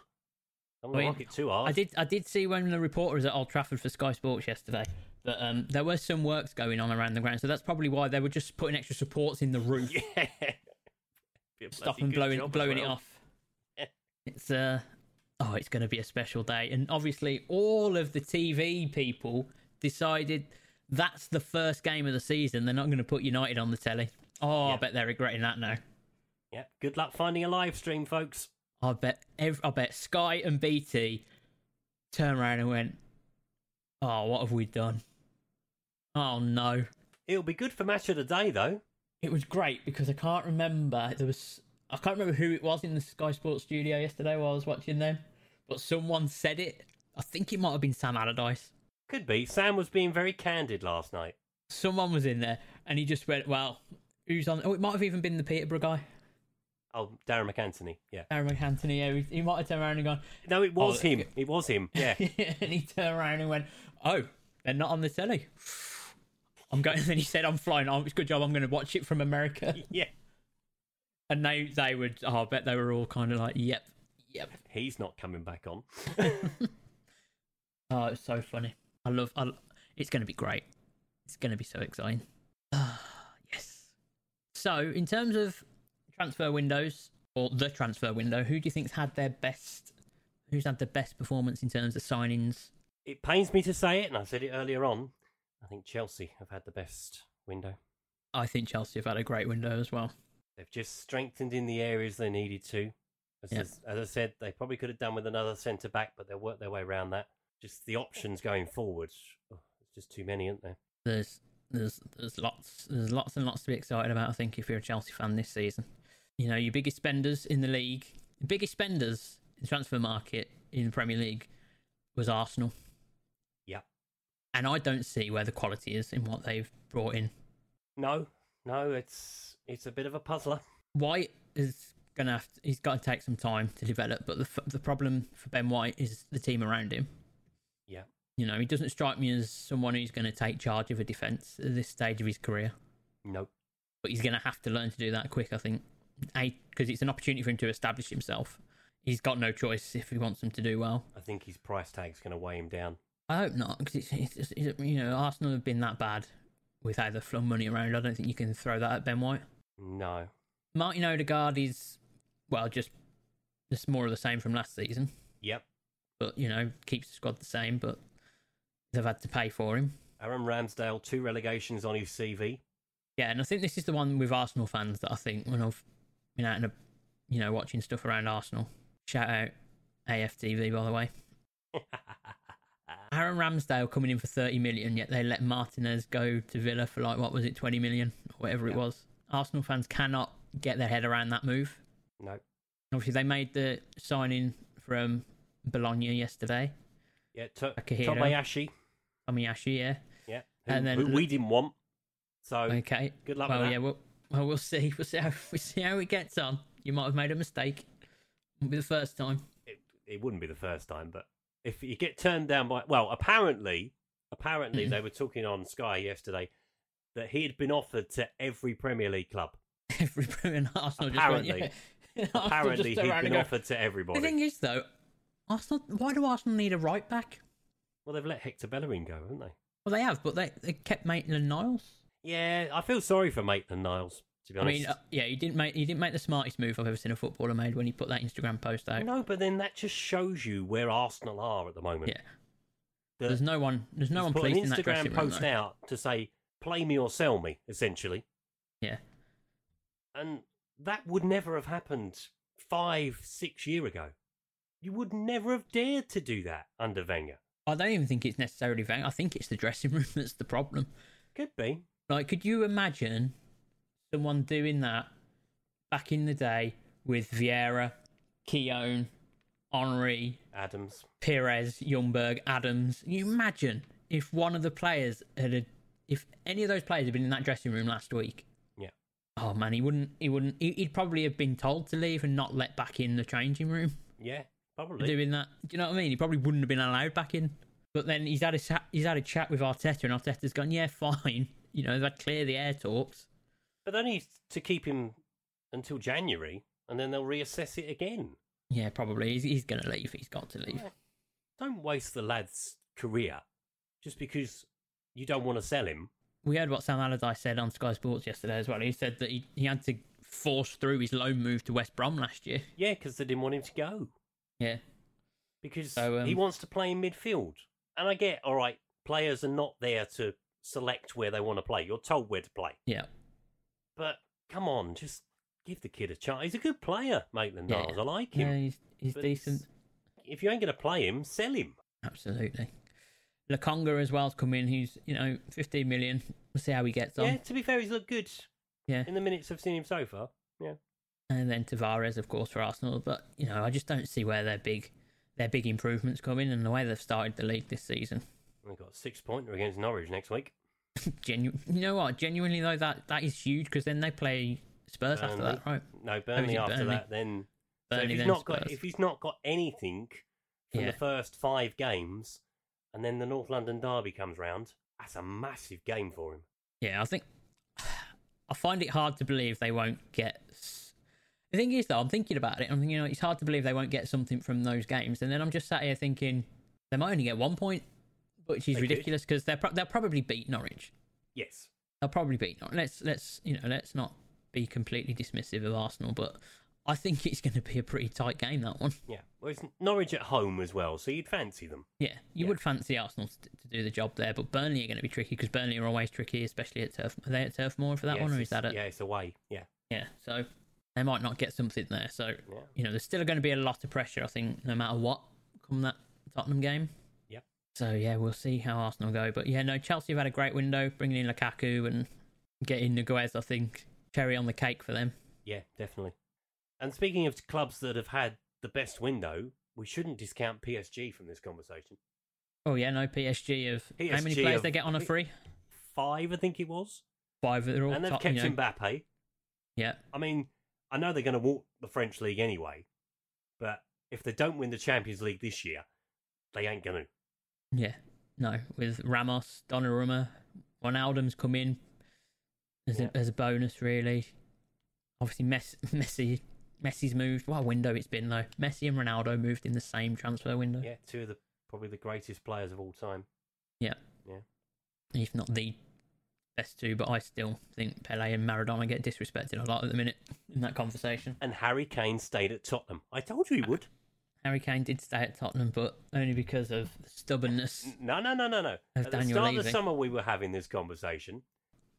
[SPEAKER 2] Don't
[SPEAKER 1] I mean,
[SPEAKER 2] rock it too hard.
[SPEAKER 1] I did I did see when the reporter was at Old Trafford for Sky Sports yesterday that um, there were some works going on around the ground, so that's probably why they were just putting extra supports in the roof,
[SPEAKER 2] Yeah. Be a bloody
[SPEAKER 1] stop and
[SPEAKER 2] good
[SPEAKER 1] blowing
[SPEAKER 2] job as
[SPEAKER 1] blowing it
[SPEAKER 2] well.
[SPEAKER 1] off. It's uh oh, it's going to be a special day, and obviously all of the TV people decided that's the first game of the season. They're not going to put United on the telly. Oh, I
[SPEAKER 2] Yeah.
[SPEAKER 1] bet they're regretting that now.
[SPEAKER 2] Yeah. Good luck finding a live stream, folks.
[SPEAKER 1] I bet ev I bet Sky and BT turned around and went, "Oh, what have we done? Oh no!"
[SPEAKER 2] It'll be good for match of the day though.
[SPEAKER 1] It was great because I can't remember there was I can't remember who it was in the Sky Sports studio yesterday while I was watching them, but someone said it. I think it might have been Sam Allardyce.
[SPEAKER 2] Could be. Sam was being very candid last night.
[SPEAKER 1] Someone was in there and he just went, "Well, who's on?" Oh, it might have even been the Peterborough guy,
[SPEAKER 2] Oh, Darren McAntony. Yeah.
[SPEAKER 1] Aaron McAntony. Yeah, he- he might have turned around and gone,
[SPEAKER 2] No, it was
[SPEAKER 1] Oh,
[SPEAKER 2] him. It was him. Yeah.
[SPEAKER 1] and he turned around and went, "Oh, they're not on the telly." I'm going. Then he said, "I'm flying. Oh, it's a good job. I'm going to watch it from America."
[SPEAKER 2] yeah.
[SPEAKER 1] And they they would. Oh, I bet they were all kind of like, "Yep, yep."
[SPEAKER 2] He's not coming back on.
[SPEAKER 1] Oh, it's so funny. I love. I, lo- it's going to be great. It's going to be so exciting. yes. So, in terms of transfer windows or the transfer window, who do you think's had their best? Who's had the best performance in terms of signings?
[SPEAKER 2] It pains me to say it, and I said it earlier on. I think Chelsea have had the best window.
[SPEAKER 1] I think Chelsea have had a great window as well.
[SPEAKER 2] They've just strengthened in the areas they needed to. As,
[SPEAKER 1] Yeah.
[SPEAKER 2] as, as I said, they probably could have done with another centre back, but they'll work their way around that. Just the options going forward, oh, it's just too many, aren't there?
[SPEAKER 1] there's there's there's lots there's lots and lots to be excited about. I think if you're a Chelsea fan this season, you know your biggest spenders in the league, the biggest spenders in the transfer market in the Premier League was Arsenal.
[SPEAKER 2] Yeah.
[SPEAKER 1] and I don't see where the quality is in what they've brought in.
[SPEAKER 2] No, no, it's it's a bit of a puzzler.
[SPEAKER 1] White is gonna have to, he's got to take some time to develop, but the f- the problem for Ben White is the team around him.
[SPEAKER 2] Yeah.
[SPEAKER 1] You know, he doesn't strike me as someone who's going to take charge of a defense at this stage of his career.
[SPEAKER 2] No,
[SPEAKER 1] but he's going to have to learn to do that quick. I think, because it's an opportunity for him to establish himself. He's got no choice if he wants him to do well.
[SPEAKER 2] I think his price tag's going to weigh him down.
[SPEAKER 1] I hope not, because it's, it's, just- it's- you know Arsenal have been that bad with how they flung money around. I don't think you can throw that at Ben White.
[SPEAKER 2] No,
[SPEAKER 1] Martin Odegaard is well, just just more of the same from last season,
[SPEAKER 2] yep.
[SPEAKER 1] but you know keeps the squad the same, but they've had to pay for him.
[SPEAKER 2] Aaron Ramsdale, two relegations on his CV.
[SPEAKER 1] Yeah, and I think this is the one with Arsenal fans that I think when I've been out and uh, you know watching stuff around Arsenal. Shout out AFTV by the way. Aaron Ramsdale coming in for thirty million, yet they let Martinez go to Villa for like what was it, twenty million or whatever it
[SPEAKER 2] Yeah.
[SPEAKER 1] was. Arsenal fans cannot get their head around that move.
[SPEAKER 2] No,
[SPEAKER 1] Obviously, they made the signing from Bologna yesterday.
[SPEAKER 2] yeah, to-
[SPEAKER 1] Akihiro.
[SPEAKER 2] Tomayashi,
[SPEAKER 1] Tomiyashi, yeah.
[SPEAKER 2] yeah,
[SPEAKER 1] And
[SPEAKER 2] and
[SPEAKER 1] then-
[SPEAKER 2] then who we didn't want. So
[SPEAKER 1] Okay.
[SPEAKER 2] good luck
[SPEAKER 1] well,
[SPEAKER 2] with that.
[SPEAKER 1] yeah, well, well, we'll see. We'll see how we see how it gets on. You might have made a mistake. Won't be the first time.
[SPEAKER 2] it, it wouldn't be the first time, but if you get turned down by well, apparently, apparently they were talking on Sky yesterday that he had been offered to every Premier League club.
[SPEAKER 1] Every and Arsenal just went,
[SPEAKER 2] Apparently.
[SPEAKER 1] yeah. Arsenal
[SPEAKER 2] Apparently,
[SPEAKER 1] just
[SPEAKER 2] he'd
[SPEAKER 1] around
[SPEAKER 2] been
[SPEAKER 1] and go-
[SPEAKER 2] offered to
[SPEAKER 1] The
[SPEAKER 2] everybody.
[SPEAKER 1] thing is, though, Arsenal. Why do Arsenal need a right back?
[SPEAKER 2] Well, they've let Hector Bellerin go, haven't they?
[SPEAKER 1] Well, they have, but they they kept Maitland Niles.
[SPEAKER 2] Yeah, I feel sorry for Maitland Niles. To be
[SPEAKER 1] I
[SPEAKER 2] honest,
[SPEAKER 1] mean, uh, yeah, he didn't make he didn't make the smartest move I've ever seen a footballer made when he put that Instagram post out.
[SPEAKER 2] no, but then that just shows you where Arsenal are at the moment.
[SPEAKER 1] Yeah, there's no one there's no one
[SPEAKER 2] He's put an
[SPEAKER 1] pleased in that
[SPEAKER 2] Instagram
[SPEAKER 1] dressing room.
[SPEAKER 2] post
[SPEAKER 1] though.
[SPEAKER 2] out to say "play me or sell me," essentially.
[SPEAKER 1] Yeah,
[SPEAKER 2] and that would never have happened five, six year ago. You would never have dared to do that under Wenger.
[SPEAKER 1] I don't even think it's necessarily. Van- I think it's the dressing room that's the problem.
[SPEAKER 2] Could be.
[SPEAKER 1] Like, could you imagine someone doing that back in the day with Vieira, Keown, Henri,
[SPEAKER 2] Adams.
[SPEAKER 1] Perez, Jungberg, Adams? Can you imagine if one of the players had, had if any of those players had been in that dressing room last week?
[SPEAKER 2] Yeah.
[SPEAKER 1] Oh man, he wouldn't. He wouldn't. he- He'd probably have been told to leave and not let back in the changing room.
[SPEAKER 2] Yeah. Probably.
[SPEAKER 1] doing that. Do you know what I mean? He probably wouldn't have been allowed back in. But then he's had a sa- he's had a chat with Arteta, and Arteta's gone, yeah, fine. You know, they've had clear the air talks.
[SPEAKER 2] But they need to keep him until January, and then they'll reassess it again.
[SPEAKER 1] Yeah, probably. He's, he's going to leave. He's got to leave.
[SPEAKER 2] Right. Don't waste the lad's career just because you don't want to sell him.
[SPEAKER 1] We heard what Sam Allardyce said on Sky Sports yesterday as well. He said that he, he had to force through his loan move to West Brom last year.
[SPEAKER 2] Yeah, because they didn't want him to go.
[SPEAKER 1] Yeah.
[SPEAKER 2] Because
[SPEAKER 1] So, um,
[SPEAKER 2] he wants to play in midfield. And I get, all right, players are not there to select where they want to play. You're told where to play.
[SPEAKER 1] Yeah.
[SPEAKER 2] But come on, just give the kid a chance. He's a good player, Maitland
[SPEAKER 1] Yeah.
[SPEAKER 2] Niles. I like him.
[SPEAKER 1] Yeah, he's, he's
[SPEAKER 2] but
[SPEAKER 1] decent.
[SPEAKER 2] If you ain't going to play him, sell him.
[SPEAKER 1] Absolutely. Laconga as well's come in. He's, you know, 15 million. We'll see how he gets on.
[SPEAKER 2] Yeah, to be fair, he's looked good
[SPEAKER 1] Yeah.
[SPEAKER 2] in the minutes I've seen him so far. Yeah.
[SPEAKER 1] and then Tavares, of course, for Arsenal. But you know, I just don't see where their big their big improvements come in, and the way they've started the league this season.
[SPEAKER 2] We've got a six pointer against Norwich next week.
[SPEAKER 1] Genu- you know what? Genuinely though, that that is huge because then they play Spurs after
[SPEAKER 2] Burnley.
[SPEAKER 1] that, right?
[SPEAKER 2] No,
[SPEAKER 1] is
[SPEAKER 2] Burnley
[SPEAKER 1] it
[SPEAKER 2] after
[SPEAKER 1] Burnley?
[SPEAKER 2] that. Then, so if
[SPEAKER 1] Burnley
[SPEAKER 2] he's
[SPEAKER 1] then
[SPEAKER 2] not
[SPEAKER 1] Spurs.
[SPEAKER 2] got if he's not got anything from
[SPEAKER 1] Yeah.
[SPEAKER 2] the first five games, and then the North London derby comes round, that's a massive game for him.
[SPEAKER 1] Yeah, I think I find it hard to believe they won't get. s- The thing is, though, I'm thinking about it. I'm thinking, you know, it's hard to believe they won't get something from those games. And then I'm just sat here thinking they might only get one point, which is
[SPEAKER 2] They could.
[SPEAKER 1] ridiculous because they're pro- they'll probably beat Norwich.
[SPEAKER 2] Yes,
[SPEAKER 1] they'll probably beat. Not let's let's you know let's not be completely dismissive of Arsenal, but I think it's going to be a pretty tight game that one.
[SPEAKER 2] yeah. Well, it's Norwich at home as well, so you'd fancy them.
[SPEAKER 1] Yeah, you
[SPEAKER 2] Yeah.
[SPEAKER 1] would fancy Arsenal to, to do the job there, but Burnley are going to be tricky because Burnley are always tricky, especially at Turf. Are they at Turf Moor for that
[SPEAKER 2] Yes,
[SPEAKER 1] one, or
[SPEAKER 2] it's-
[SPEAKER 1] is that at
[SPEAKER 2] yeah, it's away. Yeah,
[SPEAKER 1] yeah? So they might not get something there. So
[SPEAKER 2] yeah.
[SPEAKER 1] you know, there's still going to be a lot of pressure, I think, no matter what, come that Tottenham game.
[SPEAKER 2] Yep.
[SPEAKER 1] So, yeah, we'll see how Arsenal go. But, yeah, no, Chelsea have had a great window, bringing in Lukaku and getting Nguez, I think, cherry on the cake for them.
[SPEAKER 2] Yeah, definitely. And speaking of clubs that have had the best window, we shouldn't discount PSG from this conversation.
[SPEAKER 1] Oh, yeah, no, PSG of how many
[SPEAKER 2] PSG
[SPEAKER 1] players
[SPEAKER 2] of-
[SPEAKER 1] they get on a free?
[SPEAKER 2] Five, I think it was,
[SPEAKER 1] Five, they're all
[SPEAKER 2] and they've
[SPEAKER 1] top,
[SPEAKER 2] kept
[SPEAKER 1] you know.
[SPEAKER 2] Mbappe.
[SPEAKER 1] Yeah,
[SPEAKER 2] I mean, I know they're going to walk the French league anyway, but if they don't win the Champions League this year, they ain't going to.
[SPEAKER 1] yeah, no, with Ramos, Donnarumma, Ronaldo's come in as,
[SPEAKER 2] Yeah.
[SPEAKER 1] a, as a bonus, really. Obviously, Messi, Messi, Messi's moved. What a window it's been, though. Messi and Ronaldo moved in the same transfer window.
[SPEAKER 2] Yeah, two of the probably the greatest players of all time.
[SPEAKER 1] if not the best two, but I still think Pele and Maradona get disrespected a lot at the minute in that conversation.
[SPEAKER 2] And Harry Kane stayed at Tottenham. I told you he would.
[SPEAKER 1] Harry Kane did stay at Tottenham, but only because of stubbornness.
[SPEAKER 2] No, no, no, no, no.
[SPEAKER 1] Of
[SPEAKER 2] At the
[SPEAKER 1] Daniel
[SPEAKER 2] start of the
[SPEAKER 1] leaving.
[SPEAKER 2] summer, we were having this conversation,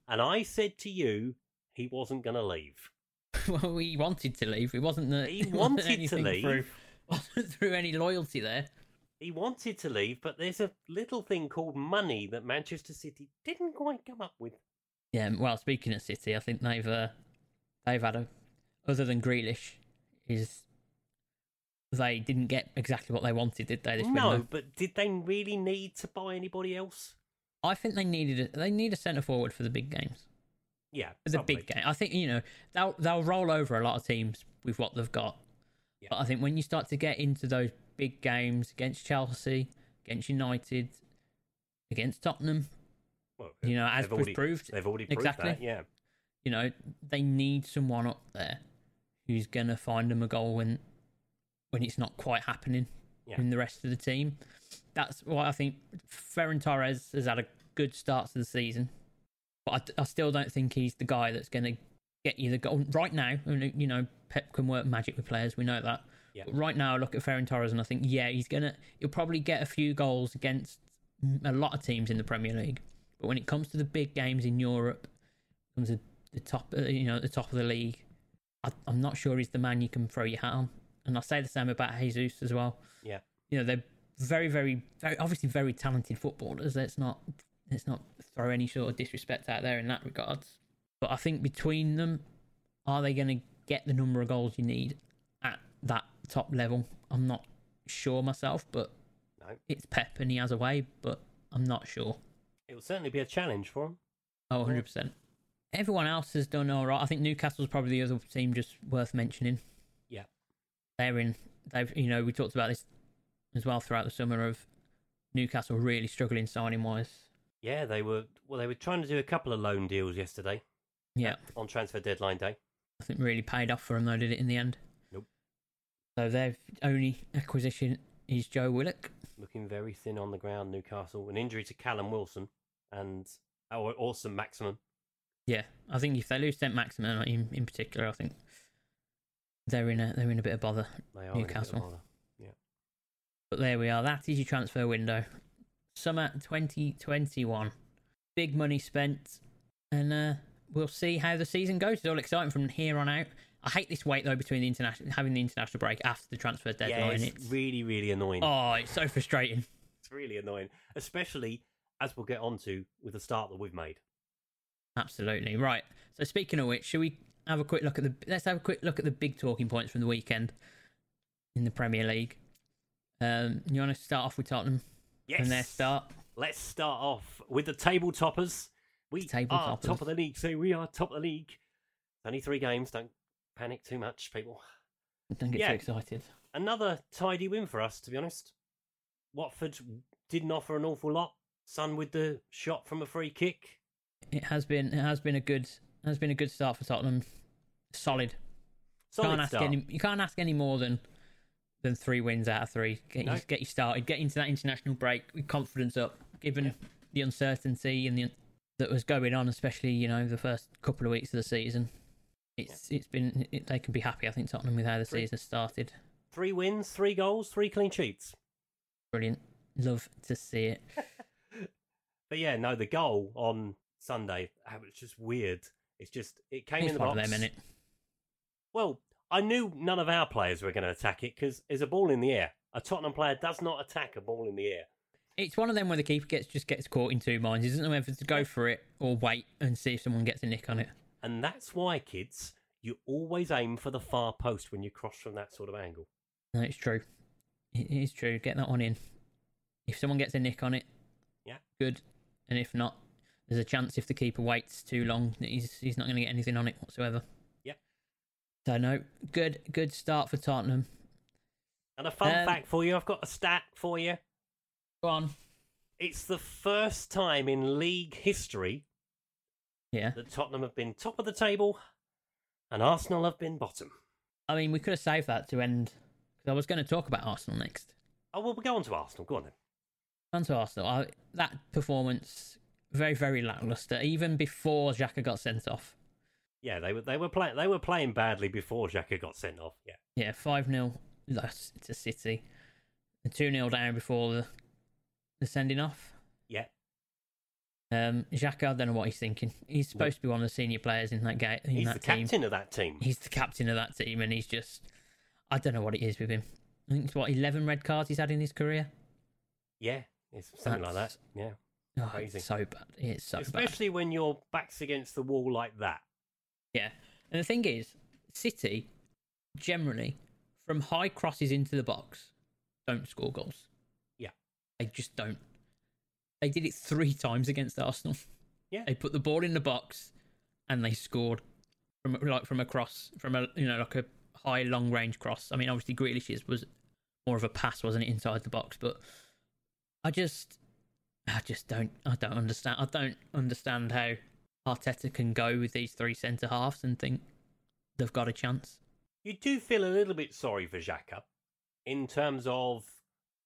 [SPEAKER 2] and I said to you he wasn't going to leave.
[SPEAKER 1] well, he wanted to leave. It wasn't that
[SPEAKER 2] He
[SPEAKER 1] it wasn't
[SPEAKER 2] wanted to
[SPEAKER 1] anything
[SPEAKER 2] leave.
[SPEAKER 1] Through, wasn't through any loyalty there.
[SPEAKER 2] He wanted to leave, but there's a little thing called money that Manchester City didn't quite come up with.
[SPEAKER 1] Yeah. Well, speaking of City, I think they've uh, they've had a other than Grealish is they didn't get exactly what they wanted, did they? This
[SPEAKER 2] no,
[SPEAKER 1] window?
[SPEAKER 2] but did they really need to buy anybody else?
[SPEAKER 1] I think they needed a, they need a centre forward for the big games.
[SPEAKER 2] Yeah,
[SPEAKER 1] for the
[SPEAKER 2] probably.
[SPEAKER 1] big game. I think you know they'll they'll roll over a lot of teams with what they've got,
[SPEAKER 2] Yeah.
[SPEAKER 1] but I think when you start to get into those big games against Chelsea, against United, against Tottenham,
[SPEAKER 2] Well, uh,
[SPEAKER 1] you know, as
[SPEAKER 2] they've already
[SPEAKER 1] was proved,
[SPEAKER 2] They've already proved
[SPEAKER 1] Exactly.
[SPEAKER 2] that. Yeah,
[SPEAKER 1] you know they need someone up there who's gonna find them a goal when when it's not quite happening
[SPEAKER 2] Yeah.
[SPEAKER 1] in the rest of the team. That's why I think Ferran Torres has had a good start to the season, but I, I still don't think he's the guy that's gonna get you the goal right now. I mean, You know, Pep can work magic with players. We know that.
[SPEAKER 2] Yeah.
[SPEAKER 1] But right now, I look at Ferran Torres and I think, yeah, he's gonna. He'll probably get a few goals against a lot of teams in the Premier League, but when it comes to the big games in Europe, comes at the top, uh, you know, at the top of the league. I, I'm not sure he's the man you can throw your hat on. And I say the same about Jesus as well.
[SPEAKER 2] Yeah.
[SPEAKER 1] You know, they're very, very, very obviously very talented footballers. Let's not let's not throw any sort of disrespect out there in that regard. But I think between them, are they going to get the number of goals you need at that top level? I'm not sure myself, but
[SPEAKER 2] no,
[SPEAKER 1] it's Pep and he has a way. But I'm not sure.
[SPEAKER 2] it will certainly be a challenge for him.
[SPEAKER 1] Oh, 100 percent. Everyone else has done all right. I think Newcastle's probably the other team just worth mentioning.
[SPEAKER 2] Yeah.
[SPEAKER 1] They're in they've you know we talked about this as well throughout the summer of Newcastle really struggling signing wise.
[SPEAKER 2] Yeah, they were well. They were trying to do a couple of loan deals yesterday
[SPEAKER 1] Yeah,
[SPEAKER 2] on transfer deadline day.
[SPEAKER 1] I think really paid off for them though, did it in the end?
[SPEAKER 2] Nope.
[SPEAKER 1] So their only acquisition is Joe Willock.
[SPEAKER 2] Looking very thin on the ground, Newcastle. An injury to Callum Wilson and our awesome Maximum.
[SPEAKER 1] Yeah, I think if they lose St Maximin in, in particular, I think they're in a they're in a bit of bother.
[SPEAKER 2] They are in a bit of
[SPEAKER 1] Newcastle.
[SPEAKER 2] bother.
[SPEAKER 1] But there we are. That is your transfer window. Summer 2021. Big money spent. And uh, we'll see how the season goes. It's all exciting from here on out. I hate this wait though between the international having the international break after the transfer
[SPEAKER 2] Yeah,
[SPEAKER 1] deadline.
[SPEAKER 2] it's,
[SPEAKER 1] it's
[SPEAKER 2] really, really annoying.
[SPEAKER 1] oh, it's so frustrating.
[SPEAKER 2] It's really annoying, especially as we'll get onto with the start that we've made.
[SPEAKER 1] Absolutely right. So speaking of which, should we have a quick look at the? Let's have a quick look at the big talking points from the weekend in the Premier League. Um, you want to start off with Tottenham
[SPEAKER 2] Yes.
[SPEAKER 1] and their start?
[SPEAKER 2] Let's start off with the table toppers. We
[SPEAKER 1] Table
[SPEAKER 2] are
[SPEAKER 1] toppers.
[SPEAKER 2] top of the league. So we are top of the league. Only three games. Don't panic too much, people.
[SPEAKER 1] Don't get
[SPEAKER 2] Yeah.
[SPEAKER 1] too excited.
[SPEAKER 2] Another tidy win for us, to be honest. Watford didn't offer an awful lot. Sun with the shot from a free kick.
[SPEAKER 1] It has been it has been a good has been a good start for Tottenham. Solid.
[SPEAKER 2] Solid
[SPEAKER 1] can't ask
[SPEAKER 2] start.
[SPEAKER 1] any you can't ask any more than than three wins out of three. Get
[SPEAKER 2] No.
[SPEAKER 1] you get you started. Get into that international break with confidence up, given the uncertainty and the that was going on, especially you know the first couple of weeks of the season. It's it's been it, they can be happy. I think Tottenham with how the
[SPEAKER 2] Three.
[SPEAKER 1] season started.
[SPEAKER 2] Three wins, three goals, three clean sheets.
[SPEAKER 1] Brilliant. Love to see it.
[SPEAKER 2] But yeah, no, the goal on Sunday ah, it was just weird. It's just it came in
[SPEAKER 1] It's
[SPEAKER 2] the
[SPEAKER 1] one
[SPEAKER 2] box.
[SPEAKER 1] of them, innit?
[SPEAKER 2] Well, I knew none of our players were going to attack it because there's a ball in the air. A Tottenham player does not attack a ball in the air.
[SPEAKER 1] It's one of them where the keeper gets just gets caught in two minds. He doesn't know whether to go for it or wait and see if someone gets a nick on it.
[SPEAKER 2] And that's why, kids, you always aim for the far post when you cross from that sort of angle.
[SPEAKER 1] No, it's true. It is true. Get that one in. If someone gets a nick on it,
[SPEAKER 2] Yeah.
[SPEAKER 1] good. And if not, there's a chance if the keeper waits too long that he's he's not going to get anything on it whatsoever.
[SPEAKER 2] Yeah.
[SPEAKER 1] So no, good good start for Tottenham.
[SPEAKER 2] And a fun
[SPEAKER 1] Um,
[SPEAKER 2] fact for you I've got a stat for you.
[SPEAKER 1] Go on.
[SPEAKER 2] It's the first time in league history
[SPEAKER 1] Yeah.
[SPEAKER 2] that Tottenham have been top of the table and Arsenal have been bottom.
[SPEAKER 1] I mean, we could have saved that to end because I was going to talk about Arsenal next.
[SPEAKER 2] Oh, well, we'll go on to Arsenal. Go on then.
[SPEAKER 1] On to Arsenal. I, that performance very very lackluster. Even before Xhaka got sent off.
[SPEAKER 2] Yeah, they were they were playing they were playing badly before Xhaka got sent off. Yeah.
[SPEAKER 1] Yeah, 5 0 loss to City. And 2 0 down before the, the sending off.
[SPEAKER 2] Yeah.
[SPEAKER 1] Um, Xhaka, I don't know what he's thinking. He's supposed to be one of the senior players in that, ga- in
[SPEAKER 2] He's
[SPEAKER 1] that
[SPEAKER 2] the
[SPEAKER 1] team.
[SPEAKER 2] captain of that team.
[SPEAKER 1] He's the captain of that team, and he's just. I don't know what it is with him. I think it's what, 11 red cards he's had in his career?
[SPEAKER 2] Yeah, it's something like that.
[SPEAKER 1] That's-
[SPEAKER 2] Yeah,
[SPEAKER 1] Oh,
[SPEAKER 2] Crazy.
[SPEAKER 1] it's so bad. It's so bad.
[SPEAKER 2] especially when your back's against the wall like that.
[SPEAKER 1] Yeah. And the thing is, City, generally, from high crosses into the box, don't score goals.
[SPEAKER 2] Yeah.
[SPEAKER 1] They just don't. They did it three times against Arsenal.
[SPEAKER 2] Yeah.
[SPEAKER 1] They put the ball in the box and they scored from like from a cross, from a you know, like a high long range cross. I mean obviously Grealish's was more of a pass, wasn't it, inside the box, but I just I just don't I don't understand I don't understand how Arteta can go with these three centre halves and think they've got a chance.
[SPEAKER 2] You do feel a little bit sorry for Xhaka in terms of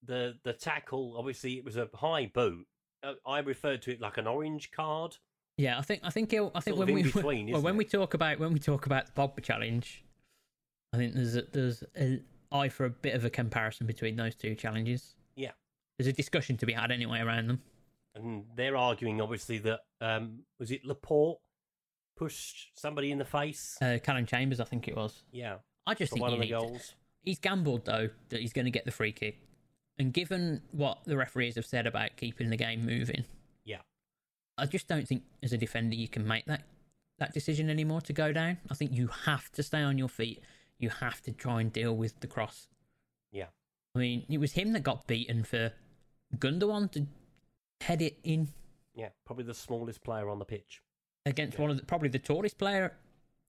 [SPEAKER 2] the the tackle. Obviously, it was a high boot. Uh, I referred to it like an orange card.
[SPEAKER 1] Yeah, I think I think he'll, I think
[SPEAKER 2] Sort of
[SPEAKER 1] when we
[SPEAKER 2] in between,
[SPEAKER 1] well,
[SPEAKER 2] isn't
[SPEAKER 1] when we
[SPEAKER 2] it?
[SPEAKER 1] talk about when we talk about the Pogba challenge, I think there's a, there's an eye for a bit of a comparison between those two challenges.
[SPEAKER 2] Yeah.
[SPEAKER 1] There's a discussion to be had anyway around them.
[SPEAKER 2] And they're arguing, obviously, that um, was it Laporte pushed somebody in the face.
[SPEAKER 1] Uh, Callum Chambers, I think it was.
[SPEAKER 2] yeah,
[SPEAKER 1] I just
[SPEAKER 2] for
[SPEAKER 1] think
[SPEAKER 2] one
[SPEAKER 1] you
[SPEAKER 2] of the
[SPEAKER 1] need to-
[SPEAKER 2] goals.
[SPEAKER 1] he's gambled though that he's going to get the free kick, and given what the referees have said about keeping the game moving,
[SPEAKER 2] Yeah.
[SPEAKER 1] I just don't think as a defender you can make that that decision anymore to go down. I think you have to stay on your feet. You have to try and deal with the cross.
[SPEAKER 2] Yeah.
[SPEAKER 1] I mean, it was him that got beaten for Gundogan to head it in
[SPEAKER 2] Yeah, probably the smallest player on the pitch.
[SPEAKER 1] against one of the, probably the tallest player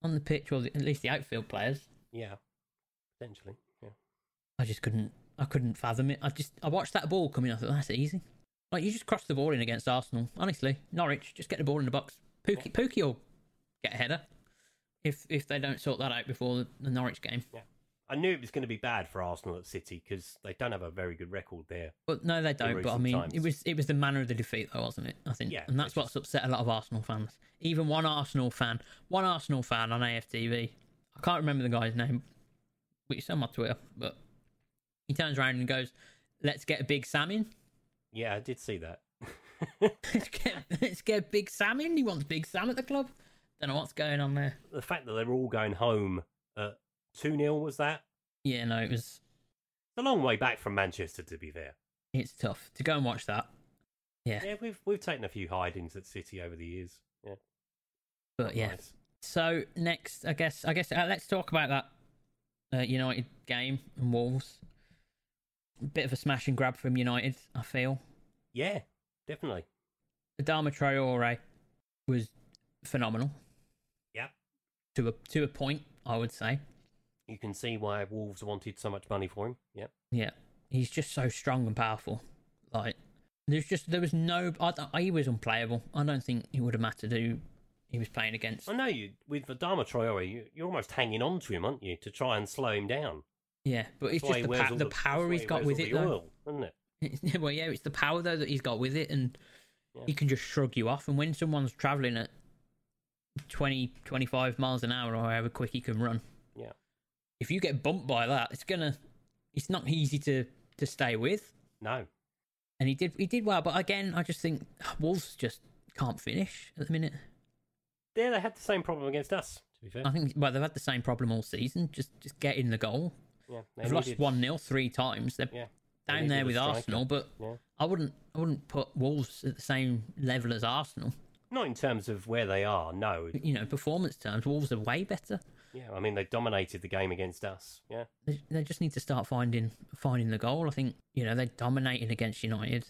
[SPEAKER 1] on the pitch, or the, at least the outfield players.
[SPEAKER 2] Yeah, potentially. Yeah.
[SPEAKER 1] I just couldn't. I couldn't fathom it. I just I watched that ball coming. I thought that's easy. Like you just cross the ball in against Arsenal. Honestly, Norwich just get the ball in the box. Pookie Pookie will get a header if if they don't sort that out before the, the Norwich game.
[SPEAKER 2] I knew it was going to be bad for Arsenal at City because they don't have a very good record there.
[SPEAKER 1] Well, no, they don't. But I
[SPEAKER 2] recent
[SPEAKER 1] mean,
[SPEAKER 2] times.
[SPEAKER 1] it was it was the manner of the defeat, though, wasn't it? I think,
[SPEAKER 2] Yeah,
[SPEAKER 1] and that's
[SPEAKER 2] they
[SPEAKER 1] what's upset a lot of Arsenal fans. Even one Arsenal fan, one Arsenal fan on AFTV. I can't remember the guy's name, which is on my Twitter, but he turns around and goes, "Let's get a big Sam in.
[SPEAKER 2] Yeah, I did see that.
[SPEAKER 1] let's get let's get big Sam in. He wants big Sam at the club. Don't know what's going on there.
[SPEAKER 2] The fact that they were all going home at 2 0 was that?
[SPEAKER 1] Yeah, no, it was
[SPEAKER 2] It's a long way back from Manchester, to be fair.
[SPEAKER 1] it's tough to go and watch that. Yeah.
[SPEAKER 2] Yeah, we've we've taken a few hidings at City over the years. Yeah,
[SPEAKER 1] But yeah,
[SPEAKER 2] nice.
[SPEAKER 1] So next, I guess, I guess uh, let's talk about that uh, United game and Wolves. Bit of a smash and grab from United, I feel.
[SPEAKER 2] yeah, definitely.
[SPEAKER 1] Adama Traore was phenomenal.
[SPEAKER 2] Yep.
[SPEAKER 1] To a to a point, I would say.
[SPEAKER 2] You can see why Wolves wanted so much money for him. Yeah,
[SPEAKER 1] Yeah, he's just so strong and powerful. Like there's just there was no. I, I- he was unplayable. I don't think it would have mattered who he was playing against.
[SPEAKER 2] I know you with Adama Traore. You, you're almost hanging on to him, aren't you, to try and slow him down?
[SPEAKER 1] Yeah, but it's
[SPEAKER 2] That's why
[SPEAKER 1] just
[SPEAKER 2] he
[SPEAKER 1] the,
[SPEAKER 2] wears
[SPEAKER 1] pa-
[SPEAKER 2] all
[SPEAKER 1] the
[SPEAKER 2] that's
[SPEAKER 1] power
[SPEAKER 2] why
[SPEAKER 1] he's
[SPEAKER 2] he
[SPEAKER 1] got with
[SPEAKER 2] wears all
[SPEAKER 1] it
[SPEAKER 2] the
[SPEAKER 1] though.
[SPEAKER 2] oil, isn't it?
[SPEAKER 1] It's- well, yeah, it's the power though that he's got with it, and
[SPEAKER 2] Yeah.
[SPEAKER 1] he can just shrug you off. And when someone's traveling at 20, 25 miles an hour, or however quick he can run,
[SPEAKER 2] Yeah.
[SPEAKER 1] if you get bumped by that, it's gonna, it's not easy to to stay with.
[SPEAKER 2] No,
[SPEAKER 1] And he did, he did well, but again, I just think Wolves just can't finish at the minute.
[SPEAKER 2] there they had the same problem against us. To be fair,
[SPEAKER 1] I think, well, they've had the same problem all season, just just getting the goal.
[SPEAKER 2] yeah, they
[SPEAKER 1] They've lost
[SPEAKER 2] needed-
[SPEAKER 1] one 0 three times. They're
[SPEAKER 2] Yeah, they
[SPEAKER 1] down
[SPEAKER 2] needed
[SPEAKER 1] there
[SPEAKER 2] a
[SPEAKER 1] with
[SPEAKER 2] striker.
[SPEAKER 1] Arsenal, but
[SPEAKER 2] Yeah.
[SPEAKER 1] I wouldn't, I wouldn't put Wolves at the same level as Arsenal.
[SPEAKER 2] Not in terms of where they are. No,
[SPEAKER 1] you know, performance terms, Wolves are way better.
[SPEAKER 2] yeah, I mean they dominated the game against us. Yeah,
[SPEAKER 1] They, they just need to start finding finding the goal. I think you know they dominated against United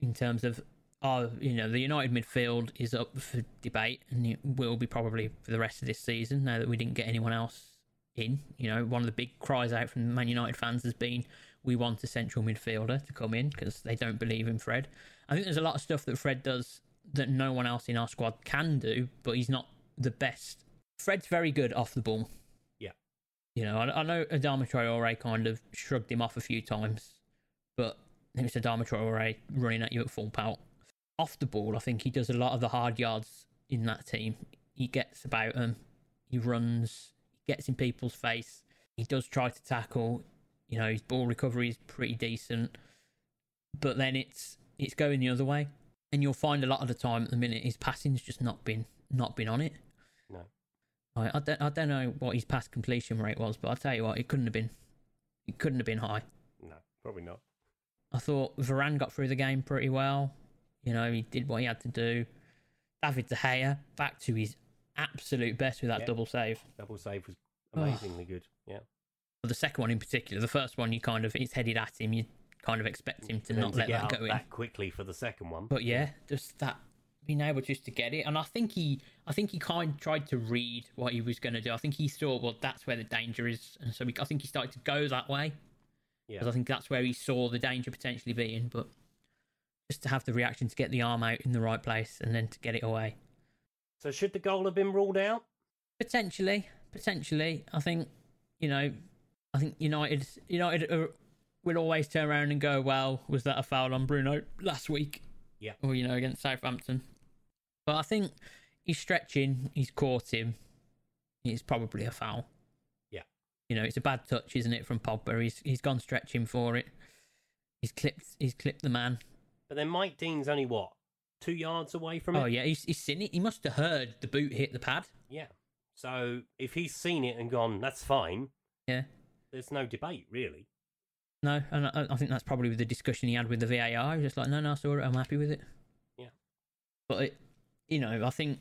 [SPEAKER 1] in terms of oh you know the United midfield is up for debate and it will be probably for the rest of this season. Now that we didn't get anyone else in, you know, one of the big cries out from Man United fans has been we want a central midfielder to come in because they don't believe in Fred. I think there's a lot of stuff that Fred does that no one else in our squad can do, but he's not the best. Fred's very good off the ball. You know, I, I know Adama Traore kind of shrugged him off a few times, but it was Adama Traore running at you at full pelt. Off the ball, I think he does a lot of the hard yards in that team. He gets about them, he runs, he gets in people's face, he does try to tackle. You know, his ball recovery is pretty decent, but then it's it's going the other way, and you'll find a lot of the time at the minute his passing's just not been not been on it.
[SPEAKER 2] no,
[SPEAKER 1] I, I don't I don't know what his pass completion rate was, but I'll tell you what, it couldn't have been it couldn't have been high.
[SPEAKER 2] no, probably not.
[SPEAKER 1] I thought Varane got through the game pretty well. You know, he did what he had to do. David De Gea back to his absolute best with that
[SPEAKER 2] Yeah.
[SPEAKER 1] double save.
[SPEAKER 2] Double save was
[SPEAKER 1] Oh.
[SPEAKER 2] amazingly good. Yeah,
[SPEAKER 1] But the second one in particular, the first one you kind of it's headed at him, you kind of expect him to
[SPEAKER 2] And then
[SPEAKER 1] not let
[SPEAKER 2] get
[SPEAKER 1] that
[SPEAKER 2] out
[SPEAKER 1] go in.
[SPEAKER 2] that quickly for the second one.
[SPEAKER 1] But yeah, just that being able just to get it, and I think he, I think he kind of tried to read what he was going to do. I think he thought, well, that's where the danger is, and so he, I think he started to go that way.
[SPEAKER 2] Yeah.
[SPEAKER 1] because I think that's where he saw the danger potentially being. But just to have the reaction to get the arm out in the right place and then to get it away,
[SPEAKER 2] So should the goal have been ruled out?
[SPEAKER 1] potentially, potentially, I think you know, I think United, United are, will always turn around and go, well, was that a foul on Bruno last week?
[SPEAKER 2] Yeah.
[SPEAKER 1] or you know against Southampton. But I think he's stretching, he's caught him. It's probably a foul.
[SPEAKER 2] Yeah.
[SPEAKER 1] You know, it's a bad touch, isn't it, from Pogba? He's he's gone stretching for it. He's clipped he's clipped the man.
[SPEAKER 2] But then Mike Dean's only what two yards away from
[SPEAKER 1] Oh
[SPEAKER 2] it.
[SPEAKER 1] yeah, he's he's seen it. He must have heard the boot hit the pad.
[SPEAKER 2] Yeah. So if he's seen it and gone, that's fine.
[SPEAKER 1] Yeah.
[SPEAKER 2] There's no debate really.
[SPEAKER 1] No, and I, I think that's probably the discussion he had with the VAR. He was just like, no, no, I saw it. I'm happy with it.
[SPEAKER 2] Yeah.
[SPEAKER 1] But it, you know, I think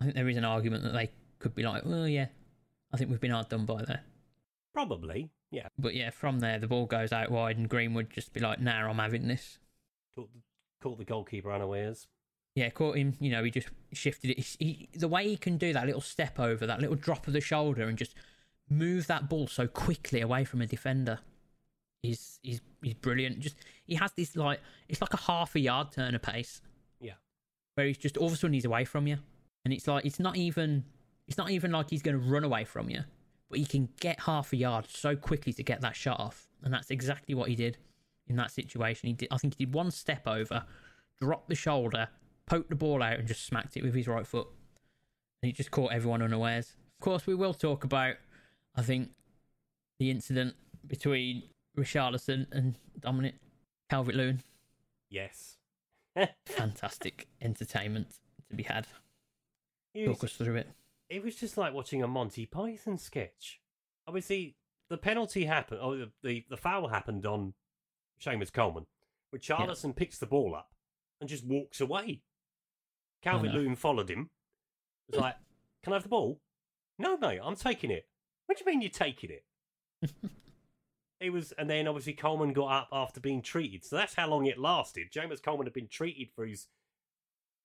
[SPEAKER 1] I think there is an argument that they could be like, well, yeah, I think we've been hard done by there.
[SPEAKER 2] Probably. Yeah.
[SPEAKER 1] But yeah, from there the ball goes out wide, and Greenwood just be like, "Nah, I'm having this."
[SPEAKER 2] Caught the, caught the goalkeeper unawares.
[SPEAKER 1] Yeah, caught him. You know, he just shifted it. He, he, the way he can do that little step over, that little drop of the shoulder, and just move that ball so quickly away from a defender. is is is brilliant. Just he has this like it's like a half a yard turn of pace.
[SPEAKER 2] Yeah.
[SPEAKER 1] Where he's just all of a sudden he's away from you. And it's like it's not even it's not even like he's gonna run away from you. But he can get half a yard so quickly to get that shot off. And that's exactly what he did in that situation. He did I think he did one step over, dropped the shoulder, poked the ball out and just smacked it with his right foot. And he just caught everyone unawares. Of course we will talk about I think the incident between Richarlison and Dominic Calvert Lewin.
[SPEAKER 2] Yes.
[SPEAKER 1] Fantastic entertainment to be had.
[SPEAKER 2] He
[SPEAKER 1] Talk
[SPEAKER 2] was,
[SPEAKER 1] us through it.
[SPEAKER 2] it was just like watching a Monty Python sketch. Obviously, the penalty happened, or the, the, the foul happened on Seamus Coleman. Richarlison picks the ball up and just walks away. Calvin
[SPEAKER 1] know.
[SPEAKER 2] Lewin followed him. was like, Can I have the ball? No, mate, I'm taking it. What do you mean you're taking it? it was, and then obviously Coleman got up after being treated. So that's how long it lasted. James Coleman had been treated for his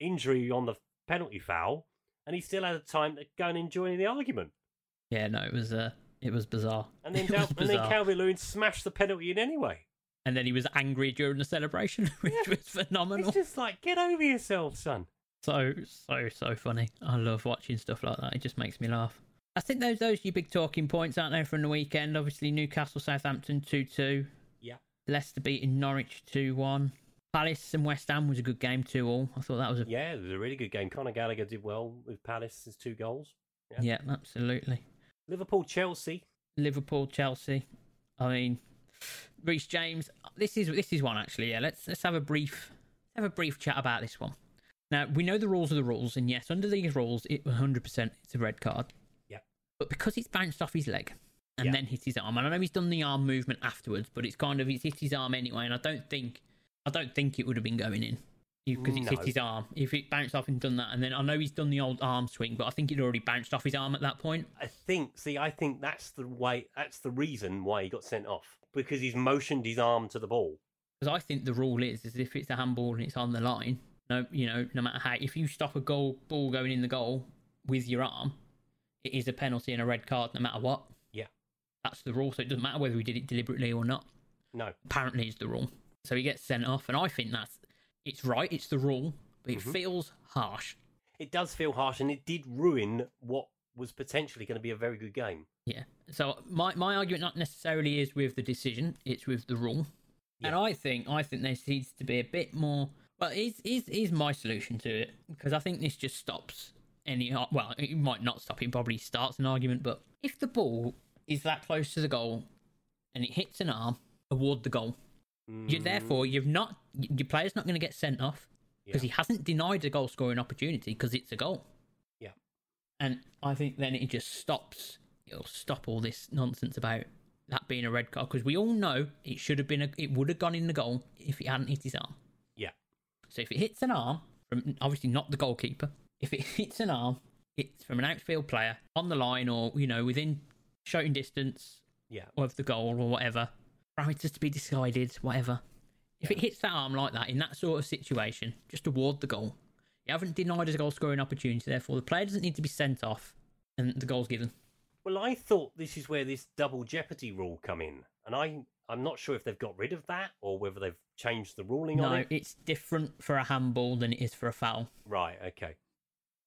[SPEAKER 2] injury on the penalty foul, and he still had time to go and enjoy the argument.
[SPEAKER 1] Yeah, no, it was uh, it was bizarre.
[SPEAKER 2] And then,
[SPEAKER 1] it was
[SPEAKER 2] Dal- and then
[SPEAKER 1] bizarre.
[SPEAKER 2] Calvin Lewin smashed the penalty in anyway.
[SPEAKER 1] And then he was angry during the celebration, which
[SPEAKER 2] Yeah.
[SPEAKER 1] was phenomenal.
[SPEAKER 2] It's just like, get over yourself, son.
[SPEAKER 1] So so so funny. I love watching stuff like that. It just makes me laugh. I think those those are your big talking points, aren't they, from the weekend? Obviously, Newcastle Southampton two two.
[SPEAKER 2] Yeah.
[SPEAKER 1] Leicester beating Norwich two one. Palace and West Ham was a good game two all. I thought that was a
[SPEAKER 2] Yeah, it was a really good game. Conor Gallagher did well with Palace's two goals. Yeah.
[SPEAKER 1] yeah absolutely.
[SPEAKER 2] Liverpool, Chelsea.
[SPEAKER 1] Liverpool, Chelsea. I mean, Reece James. This is this is one actually. Yeah, let's let's have a brief have a brief chat about this one. Now we know the rules are the rules, and yes, under these rules, it 100% it's a red card.
[SPEAKER 2] Yep.
[SPEAKER 1] But because it's bounced off his leg and
[SPEAKER 2] Yeah.
[SPEAKER 1] then hit his arm, and I know he's done the arm movement afterwards, but it's kind of it's hit his arm anyway, and I don't think I don't think it would have been going in because it's
[SPEAKER 2] No.
[SPEAKER 1] hit his arm. If it bounced off and done that, and then I know he's done the old arm swing, but I think it already bounced off his arm at that point.
[SPEAKER 2] I think. See, I think that's the way. That's the reason why he got sent off because he's motioned his arm to the ball.
[SPEAKER 1] because I think the rule is is if it's a handball and it's on the line, no, you know, no matter how, if you stop a goal ball going in the goal with your arm, it is a penalty and a red card no matter what.
[SPEAKER 2] Yeah.
[SPEAKER 1] that's the rule. So it doesn't matter whether we did it deliberately or not.
[SPEAKER 2] No,
[SPEAKER 1] Apparently, is the rule. So he gets sent off, and I think that's it's right. It's the rule, but it
[SPEAKER 2] Mhm.
[SPEAKER 1] feels harsh.
[SPEAKER 2] it does feel harsh, and it did ruin what was potentially going to be a very good game.
[SPEAKER 1] Yeah. So my, my argument not necessarily is with the decision, it's with the rule. And
[SPEAKER 2] Yeah.
[SPEAKER 1] I think I think there needs to be a bit more well, is is is my solution to it because I think this just stops any ar- well, it might not stop it probably starts an argument, but if the ball is that close to the goal and it hits an arm, award the goal. You
[SPEAKER 2] Mm,
[SPEAKER 1] therefore you've not your player's not going to get sent off because
[SPEAKER 2] yeah.
[SPEAKER 1] he hasn't denied a goal scoring opportunity because it's a goal.
[SPEAKER 2] Yeah.
[SPEAKER 1] And I think then it just stops. It'll stop all this nonsense about that being a red card because we all know it should have been a, it would have gone in the goal if it hadn't hit his arm.
[SPEAKER 2] Yeah.
[SPEAKER 1] So if it hits an arm from obviously not the goalkeeper, if it hits an arm, it's from an outfield player on the line or you know within shooting distance
[SPEAKER 2] yeah,
[SPEAKER 1] of the goal or whatever. Parameters to be decided, whatever. If it hits that arm like that in that sort of situation, just award the goal. You haven't denied us a goal scoring opportunity, therefore the player doesn't need to be sent off and the goal's given.
[SPEAKER 2] Well, I thought this is where this double jeopardy rule come in, and I I'm not sure if they've got rid of that or whether they've changed the ruling on
[SPEAKER 1] No,
[SPEAKER 2] it.
[SPEAKER 1] it's different for a handball than it is for a foul.
[SPEAKER 2] Right. Okay.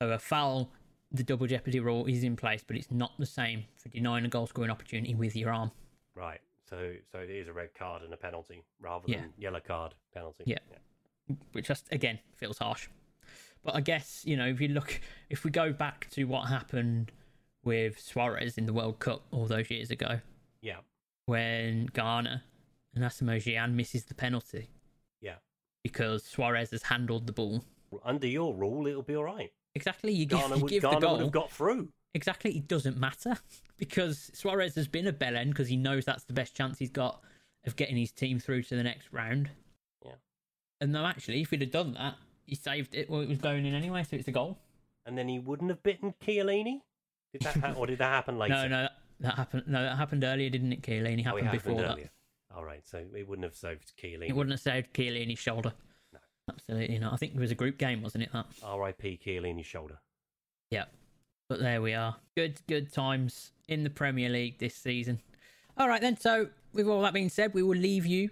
[SPEAKER 1] So a foul, the double jeopardy rule is in place, but it's not the same for denying a goal scoring opportunity with your arm.
[SPEAKER 2] Right. So so it is a red card and a penalty rather
[SPEAKER 1] Yeah.
[SPEAKER 2] than yellow card penalty.
[SPEAKER 1] Yeah. which just again feels harsh. But I guess you know if you look, if we go back to what happened with Suarez in the World Cup all those years ago,
[SPEAKER 2] Yeah.
[SPEAKER 1] when Ghana and Asimo Gian misses the penalty
[SPEAKER 2] Yeah.
[SPEAKER 1] because Suarez has handled the ball.
[SPEAKER 2] Under your rule, it'll be all right.
[SPEAKER 1] Exactly, you give,
[SPEAKER 2] Ghana
[SPEAKER 1] you
[SPEAKER 2] would,
[SPEAKER 1] give the
[SPEAKER 2] Ghana would
[SPEAKER 1] goal.
[SPEAKER 2] have got through.
[SPEAKER 1] Exactly, it doesn't matter because Suarez has been a bell end because he knows that's the best chance he's got of getting his team through to the next round.
[SPEAKER 2] Yeah.
[SPEAKER 1] And though actually, if he'd have done that, he saved it. Well, it was going in anyway, so it's a goal.
[SPEAKER 2] And then he wouldn't have bitten Chiellini? Did that ha- or did that happen later?
[SPEAKER 1] No, no, that, that happened. No, that happened earlier, didn't it? Keelaney
[SPEAKER 2] Oh, it
[SPEAKER 1] happened
[SPEAKER 2] happened
[SPEAKER 1] before that.
[SPEAKER 2] earlier. All right, so it wouldn't have saved Chiellini.
[SPEAKER 1] It wouldn't have saved Keelaney's shoulder. Absolutely not. I think it was a group game, wasn't it? That.
[SPEAKER 2] R.I.P. Chiellini's shoulder.
[SPEAKER 1] Yeah. But there we are. Good, good times in the Premier League this season. All right then. So with all that being said, we will leave you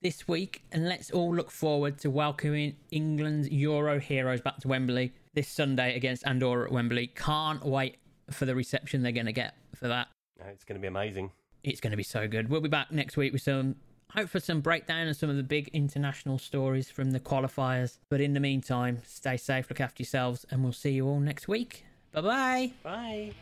[SPEAKER 1] this week and let's all look forward to welcoming England's Euro heroes back to Wembley this Sunday against Andorra at Wembley. Can't wait for the reception they're going to get for that.
[SPEAKER 2] It's going to be amazing.
[SPEAKER 1] It's going to be so good. We'll be back next week with some hope for some breakdown and some of the big international stories from the qualifiers. But in the meantime, stay safe, look after yourselves, and we'll see you all next week. Bye bye.
[SPEAKER 2] Bye.